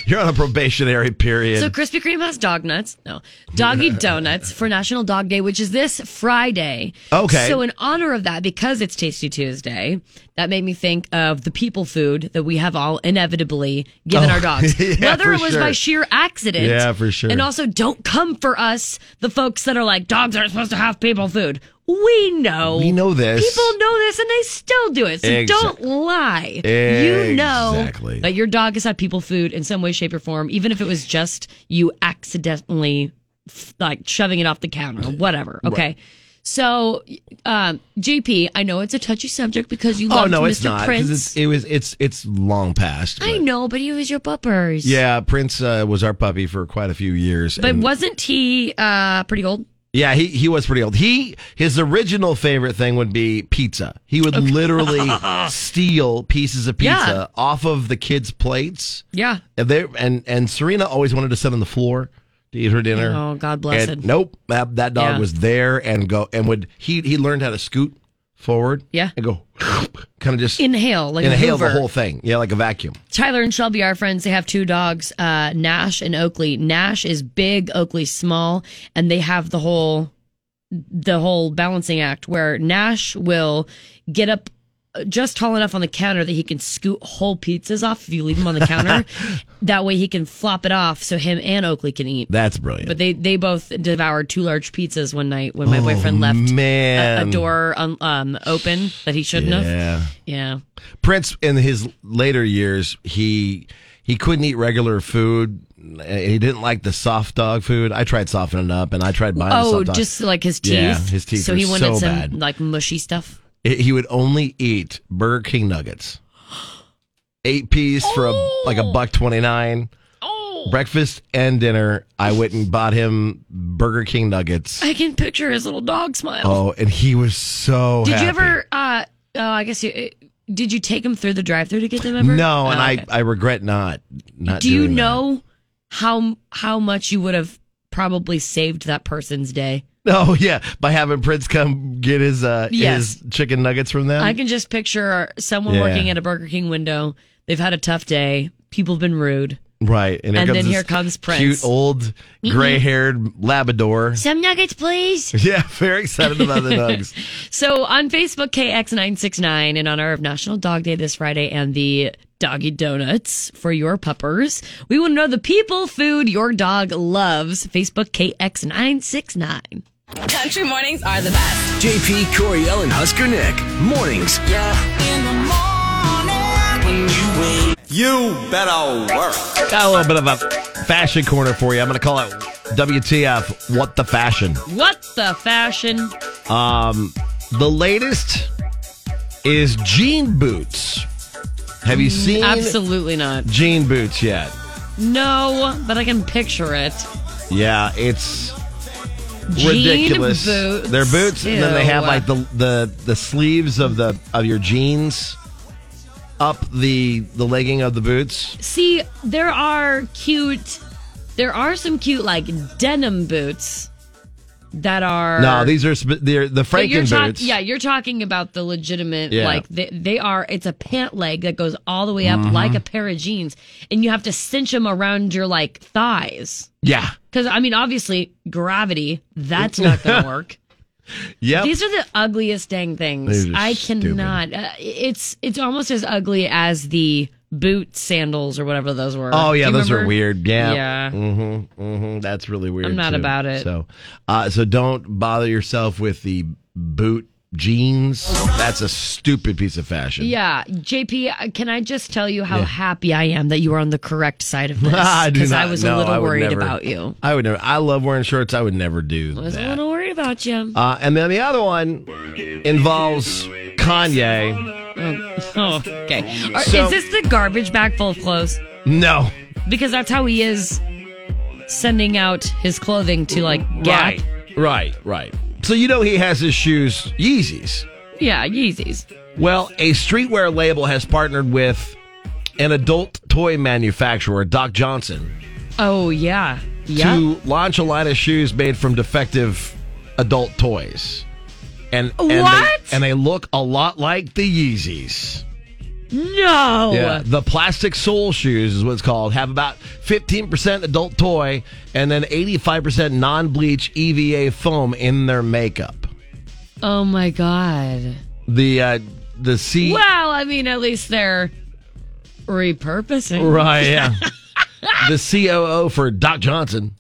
Speaker 10: you're on a probationary period.
Speaker 11: So Krispy Kreme has dog nuts. No,
Speaker 10: *laughs*
Speaker 11: doggy donuts for National Dog Day, which is this Friday.
Speaker 10: Okay.
Speaker 11: So in honor of that, because it's Tasty Tuesday, that made me think of the people food that we have all inevitably given
Speaker 10: Oh,
Speaker 11: our
Speaker 10: *laughs*
Speaker 11: dogs,
Speaker 10: yeah,
Speaker 11: whether
Speaker 10: for
Speaker 11: it was by
Speaker 10: sure.
Speaker 11: sheer accident.
Speaker 10: Yeah, for sure.
Speaker 11: And also, don't come for us, the folks that are like dogs aren't supposed to have people food. We know.
Speaker 10: we know this.
Speaker 11: People know this and they still do it. So
Speaker 10: Exact-
Speaker 11: don't lie. You know
Speaker 10: Exactly.
Speaker 11: that your dog has had people food in some way, shape, or form, even if it was just you accidentally f- like shoving it off the counter or whatever. Okay. So, um, JP, I know it's a touchy subject because you
Speaker 10: oh
Speaker 11: love
Speaker 10: no,
Speaker 11: Mr.
Speaker 10: it's not. 'cause
Speaker 11: Prince.
Speaker 10: It's, it was it's it's long past.
Speaker 11: I know, but he was your puppers.
Speaker 10: Yeah, Prince uh, was our puppy for quite a few years.
Speaker 11: But
Speaker 10: and-
Speaker 11: wasn't he uh, pretty old?
Speaker 10: Yeah, he, he was pretty old. He his original favorite thing would be pizza. He would literally
Speaker 11: *laughs*
Speaker 10: steal pieces of pizza off of the kids' plates.
Speaker 11: Yeah.
Speaker 10: And they and and Serena always wanted to sit on the floor to eat her dinner.
Speaker 11: Oh, God bless
Speaker 10: And
Speaker 11: it.
Speaker 10: Nope, that, that dog
Speaker 11: Yeah.
Speaker 10: was there and go and would he he learned how to scoot forward.
Speaker 11: Yeah.
Speaker 10: and go *laughs* kind of just
Speaker 11: Inhale, like a
Speaker 10: inhale the
Speaker 11: Hoover.
Speaker 10: whole thing. Yeah, like a vacuum.
Speaker 11: Tyler and Shelby are friends. They have two dogs, uh, Nash and Oakley. Nash is big, Oakley's small, and they have the whole the whole balancing act where Nash will get up just tall enough on the counter that he can scoot whole pizzas off if you leave them on the
Speaker 10: *laughs*
Speaker 11: counter. that way he can flop it off so him and Oakley can eat.
Speaker 10: That's brilliant.
Speaker 11: But they they both devoured two large pizzas one night when my
Speaker 10: Oh,
Speaker 11: boyfriend left a,
Speaker 10: man.
Speaker 11: a door un, um, open that he shouldn't have.
Speaker 10: Yeah.
Speaker 11: Yeah.
Speaker 10: Prince in his later years, he he couldn't eat regular food. He didn't like the soft dog food. I tried softening it up, and I tried buying. the
Speaker 11: Oh,
Speaker 10: soft dog.
Speaker 11: just like his teeth.
Speaker 10: Yeah, his teeth.
Speaker 11: So
Speaker 10: were
Speaker 11: he wanted
Speaker 10: so
Speaker 11: some
Speaker 10: bad.
Speaker 11: like mushy stuff.
Speaker 10: It- he would only eat Burger King nuggets, eight piece for a, like a buck twenty nine. Oh. Breakfast and dinner. I went and bought him Burger King nuggets.
Speaker 11: I can picture his little dog smile.
Speaker 10: Oh, and he was so.
Speaker 11: did
Speaker 10: Oh, happy.
Speaker 11: you ever? Uh, oh, I guess you. uh, Did you take him through the drive-through to get them ever?
Speaker 10: No, and
Speaker 11: Oh,
Speaker 10: I
Speaker 11: okay.
Speaker 10: I regret not not.
Speaker 11: Do you
Speaker 10: doing that.
Speaker 11: know how how much you would have probably saved that person's day?
Speaker 10: *laughs* Oh yeah, by having Prince come get his uh
Speaker 11: Yes.
Speaker 10: his chicken nuggets from them.
Speaker 11: I can just picture someone
Speaker 10: Yeah.
Speaker 11: working at a Burger King window. They've had a tough day. People have been rude.
Speaker 10: right,
Speaker 11: and then
Speaker 10: this
Speaker 11: here comes Prince.
Speaker 10: cute old
Speaker 11: Mm-mm.
Speaker 10: gray-haired Labrador. *laughs*
Speaker 11: Some nuggets, please.
Speaker 10: Yeah, very excited about the nugs.
Speaker 11: So on Facebook, KX969, in honor of National Dog Day this Friday and the doggy donuts for your puppers, we want to know the people food your dog loves. Facebook, KX969.
Speaker 14: Country mornings are the best.
Speaker 2: JP Coriel and Husker Nick. Mornings.
Speaker 14: Yeah. In the morning. When you wake.
Speaker 10: You better work. *laughs* Got a little bit of a fashion corner for you. I'm going to call it WTF. What the fashion?
Speaker 11: What the fashion?
Speaker 10: Um, the latest is jean boots. Have you seen
Speaker 11: Absolutely not.
Speaker 10: jean boots yet?
Speaker 11: No, but I can picture it.
Speaker 10: Yeah, it's
Speaker 11: Jean
Speaker 10: ridiculous.
Speaker 11: boots.
Speaker 10: They're boots, and then they have
Speaker 11: Ew.
Speaker 10: like the the the sleeves of the of your jeans up the the legging of the boots.
Speaker 11: See, there are cute, there are some cute like denim boots that are.
Speaker 10: No, these are sp- they're the
Speaker 11: So you're
Speaker 10: Franken
Speaker 11: talk-
Speaker 10: boots.
Speaker 11: Yeah, you're talking about the legitimate,
Speaker 10: Yeah.
Speaker 11: like they, they are. It's a pant leg that goes all the way up
Speaker 10: Mhm.
Speaker 11: like a pair of jeans, and you have to cinch them around your like thighs.
Speaker 10: Yeah. *laughs*
Speaker 11: Because I mean, obviously, gravity that's not going to work.
Speaker 10: Yep.
Speaker 11: These are the ugliest dang things.
Speaker 10: They're just
Speaker 11: I
Speaker 10: stupid.
Speaker 11: cannot. Uh, it's it's almost as ugly as the boot sandals or whatever those were.
Speaker 10: Oh
Speaker 11: Do
Speaker 10: yeah,
Speaker 11: you
Speaker 10: those are
Speaker 11: remember?
Speaker 10: weird. Yeah,
Speaker 11: Yeah.
Speaker 10: Mm-hmm, mm-hmm. That's really weird.
Speaker 11: I'm not
Speaker 10: too.
Speaker 11: about it.
Speaker 10: So, uh, so don't bother yourself with the boot jeans. That's a stupid piece of fashion.
Speaker 11: Yeah, JP, uh, can I just tell you how
Speaker 10: Yeah.
Speaker 11: happy I am that you were on the
Speaker 10: *laughs*
Speaker 11: correct side of this?
Speaker 10: *laughs* I do
Speaker 11: Because I,
Speaker 10: not-
Speaker 11: was
Speaker 10: no,
Speaker 11: a little
Speaker 10: I would
Speaker 11: worried
Speaker 10: never-
Speaker 11: about you.
Speaker 10: I would never. I love wearing shirts. I would never do
Speaker 11: I was a
Speaker 10: that.
Speaker 11: little worried about you.
Speaker 10: Uh, and then the other one involves Kanye. *laughs*
Speaker 11: Oh, okay. Are-
Speaker 10: Uh, So-
Speaker 11: is this the garbage bag full of clothes?
Speaker 10: No,
Speaker 11: Because that's how he is sending out his clothing to like Gap.
Speaker 10: right, right, right. So you know he has his shoes Yeezys.
Speaker 11: Yeah, Yeezys.
Speaker 10: Well, a streetwear label has partnered with an adult toy manufacturer, Doc Johnson,
Speaker 11: Oh yeah, yeah.
Speaker 10: to launch a line of shoes made from defective adult toys. And and they-
Speaker 11: What?
Speaker 10: and they look a lot like the Yeezys.
Speaker 11: no.
Speaker 10: Yeah, the plastic sole shoes is what it's called. Have about 15% adult toy and then 85% non-bleach EVA foam in their makeup.
Speaker 11: Oh my god.
Speaker 10: The uh the C
Speaker 11: Well, I mean, at least they're repurposing.
Speaker 10: Right, yeah. the COO for Doc Johnson,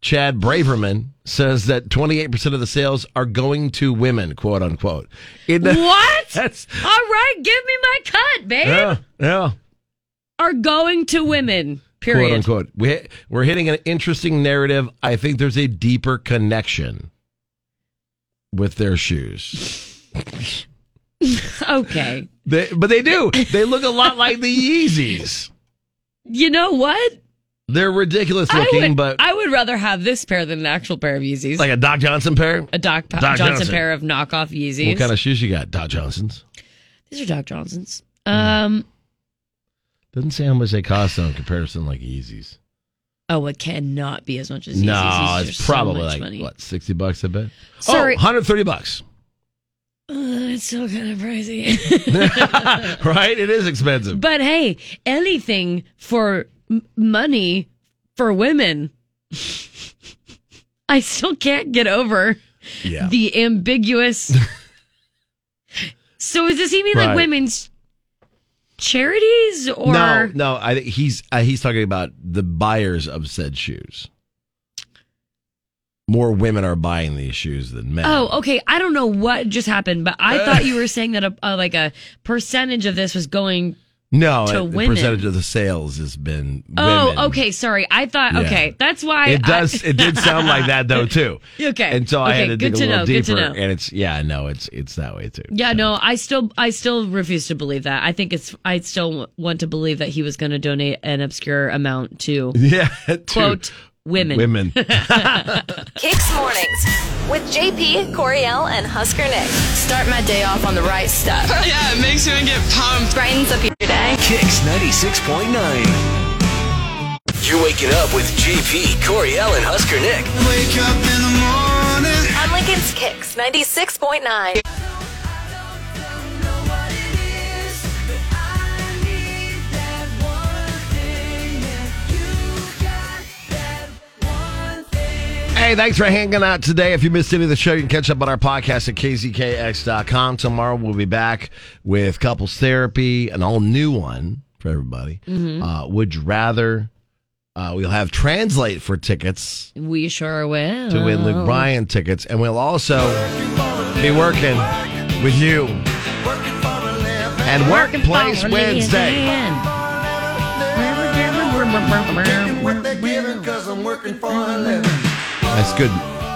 Speaker 10: Chad Braverman, says that 28% of the sales are going to women, quote unquote. It- *laughs*
Speaker 11: What?
Speaker 10: That's,
Speaker 11: All right, give me my cut, babe.
Speaker 10: yeah, yeah.
Speaker 11: Are going to women. Period.
Speaker 10: Quote unquote. We, we're hitting an interesting narrative. I think there's a deeper connection with their shoes.
Speaker 11: Okay.
Speaker 10: They, but they do. They look a lot like the Yeezys.
Speaker 11: You know what?
Speaker 10: They're ridiculous
Speaker 11: I
Speaker 10: looking,
Speaker 11: would,
Speaker 10: but
Speaker 11: I would rather have this pair than an actual pair of Yeezys.
Speaker 10: like a Doc Johnson pair.
Speaker 11: a Doc, Pa-
Speaker 10: Doc
Speaker 11: Johnson,
Speaker 10: Johnson.
Speaker 11: pair of knockoff Yeezys.
Speaker 10: What kind of shoes you got? Doc Johnson's.
Speaker 11: These are Doc Johnsons.
Speaker 10: Mm.
Speaker 11: Um.
Speaker 10: Doesn't say how much they cost though in comparison, to, like Yeezys.
Speaker 11: Oh, it cannot be as much as Yeezys.
Speaker 10: No,
Speaker 11: Yeezys are
Speaker 10: it's
Speaker 11: so
Speaker 10: probably
Speaker 11: much
Speaker 10: like
Speaker 11: money.
Speaker 10: what sixty bucks. I bet.
Speaker 11: Sorry.
Speaker 10: Oh, 130 bucks. *laughs*
Speaker 11: Uh, it's still kind of pricey. *laughs*
Speaker 10: right? It is expensive.
Speaker 11: But hey, anything for m- money for women. *laughs* I still can't get over
Speaker 10: Yeah.
Speaker 11: the
Speaker 10: *laughs*
Speaker 11: ambiguous. so, does this he mean like
Speaker 10: Right.
Speaker 11: women's charities or?
Speaker 10: no, no. I think he's uh, he's talking about the buyers of said shoes. More women are buying these shoes than men.
Speaker 11: Oh, okay. I don't know what just happened, but
Speaker 10: *laughs*
Speaker 11: I thought you were saying that a, a like a percentage of this was going.
Speaker 10: no,
Speaker 11: to
Speaker 10: the
Speaker 11: women.
Speaker 10: percentage of the sales has been women.
Speaker 11: Oh, okay. Sorry, I thought.
Speaker 10: Yeah.
Speaker 11: Okay, that's why
Speaker 10: it does.
Speaker 11: I-
Speaker 10: it did sound like that though too.
Speaker 11: Okay.
Speaker 10: And so I
Speaker 11: Okay,
Speaker 10: had to dig
Speaker 11: good
Speaker 10: a
Speaker 11: to
Speaker 10: little
Speaker 11: know, good
Speaker 10: deeper,
Speaker 11: to know.
Speaker 10: and it's yeah, no, it's it's that way too.
Speaker 11: *laughs* Yeah, no, I still I still refuse to believe that. I think it's I still w- want to believe that he was going to donate an obscure amount to
Speaker 10: *laughs* Yeah. to
Speaker 11: quote women. *laughs*
Speaker 10: Women.
Speaker 1: Kicks Mornings with JP, Coriel, and Husker Nick. Start my day off on the right stuff.
Speaker 14: yeah, it makes you get pumped.
Speaker 1: Brightens up your day.
Speaker 2: Kicks 96.9. You're waking up with JP, Coriel, and Husker Nick.
Speaker 1: Wake up in the morning. On Lincoln's Kicks 96.9.
Speaker 10: Hey, thanks for hanging out today. If you missed any of the show, you can catch up on our podcast at kzkx.com. Tomorrow we'll be back with couples therapy, an all new one for everybody.
Speaker 11: Mhm.
Speaker 10: Uh, would you rather? Uh, we'll have translate for tickets
Speaker 11: We sure will.
Speaker 10: to win Luke Bryan tickets, and we'll also be working with you and
Speaker 11: Working for
Speaker 10: workplace
Speaker 11: a
Speaker 10: Wednesday.
Speaker 11: living.
Speaker 10: That's good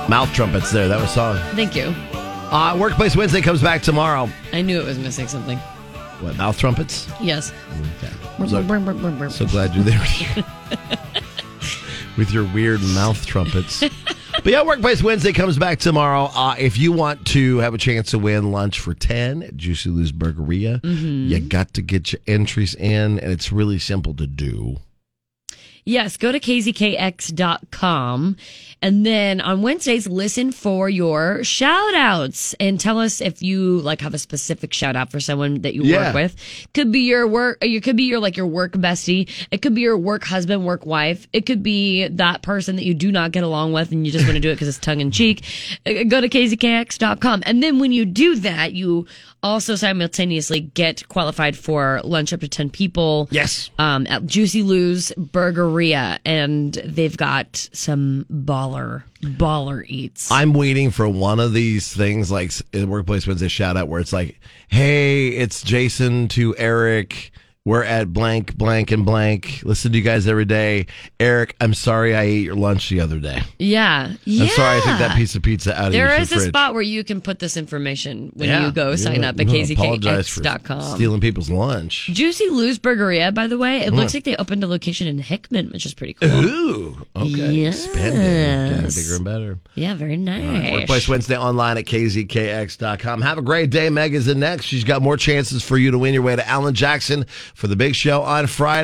Speaker 10: mouth trumpets there. That was solid.
Speaker 11: Thank you.
Speaker 10: Uh, workplace Wednesday comes back tomorrow.
Speaker 11: I knew it was missing something.
Speaker 10: What mouth trumpets?
Speaker 11: Yes.
Speaker 10: So, so glad you're there with your- with your weird mouth trumpets. But yeah, Workplace Wednesday comes back tomorrow. Uh, if you want to have a chance to win lunch for 10 at Juicy Lou's Burgeria,
Speaker 11: Mhm.
Speaker 10: you got to get your entries in, and it's really simple to do.
Speaker 11: Yes, go to kzkx.com. And then on Wednesdays, listen for your shout outs and tell us if you like have a specific shout out for someone that you
Speaker 10: Yeah.
Speaker 11: work with. Could be your work, you could be your like your work bestie. It could be your work husband, work wife. It could be that person that you do not get along with and you just want to do it because it's tongue in cheek. Uh, Go to kzkx.com. And then when you do that, you also simultaneously get qualified for lunch up to 10 people.
Speaker 10: Yes.
Speaker 11: Um, at Juicy Lou's Burgeria. And they've got some baller, baller eats.
Speaker 10: I'm waiting for one of these things like s- in Workplace Wednesday shout out where it's like, hey, it's Jason to Eric. We're at blank, blank, and blank. Listen to you guys every day. Eric, I'm sorry I ate your lunch the other day.
Speaker 11: Yeah. Yeah.
Speaker 10: I'm sorry I took that piece of pizza out
Speaker 11: There
Speaker 10: of your
Speaker 11: is a
Speaker 10: fridge.
Speaker 11: spot where you can put this information when
Speaker 10: Yeah.
Speaker 11: you go sign
Speaker 10: Yeah,
Speaker 11: up at
Speaker 10: no, apologize for
Speaker 11: kzkx.com.
Speaker 10: Stealing people's lunch.
Speaker 11: Juicy Lou's Burgeria, by the way, it
Speaker 10: Mm.
Speaker 11: looks like they opened a location in Hickman, which is pretty cool.
Speaker 10: Uh-huh. Ooh, okay.
Speaker 11: Yes.
Speaker 10: Spending. Yeah, bigger and better.
Speaker 11: Yeah, very
Speaker 10: All right,
Speaker 11: nice.
Speaker 10: Workplace Wednesday online at kzkx.com. Have a great day. Meg is the next. She's got more chances for you to win your way to Alan Jackson for the big show on Friday.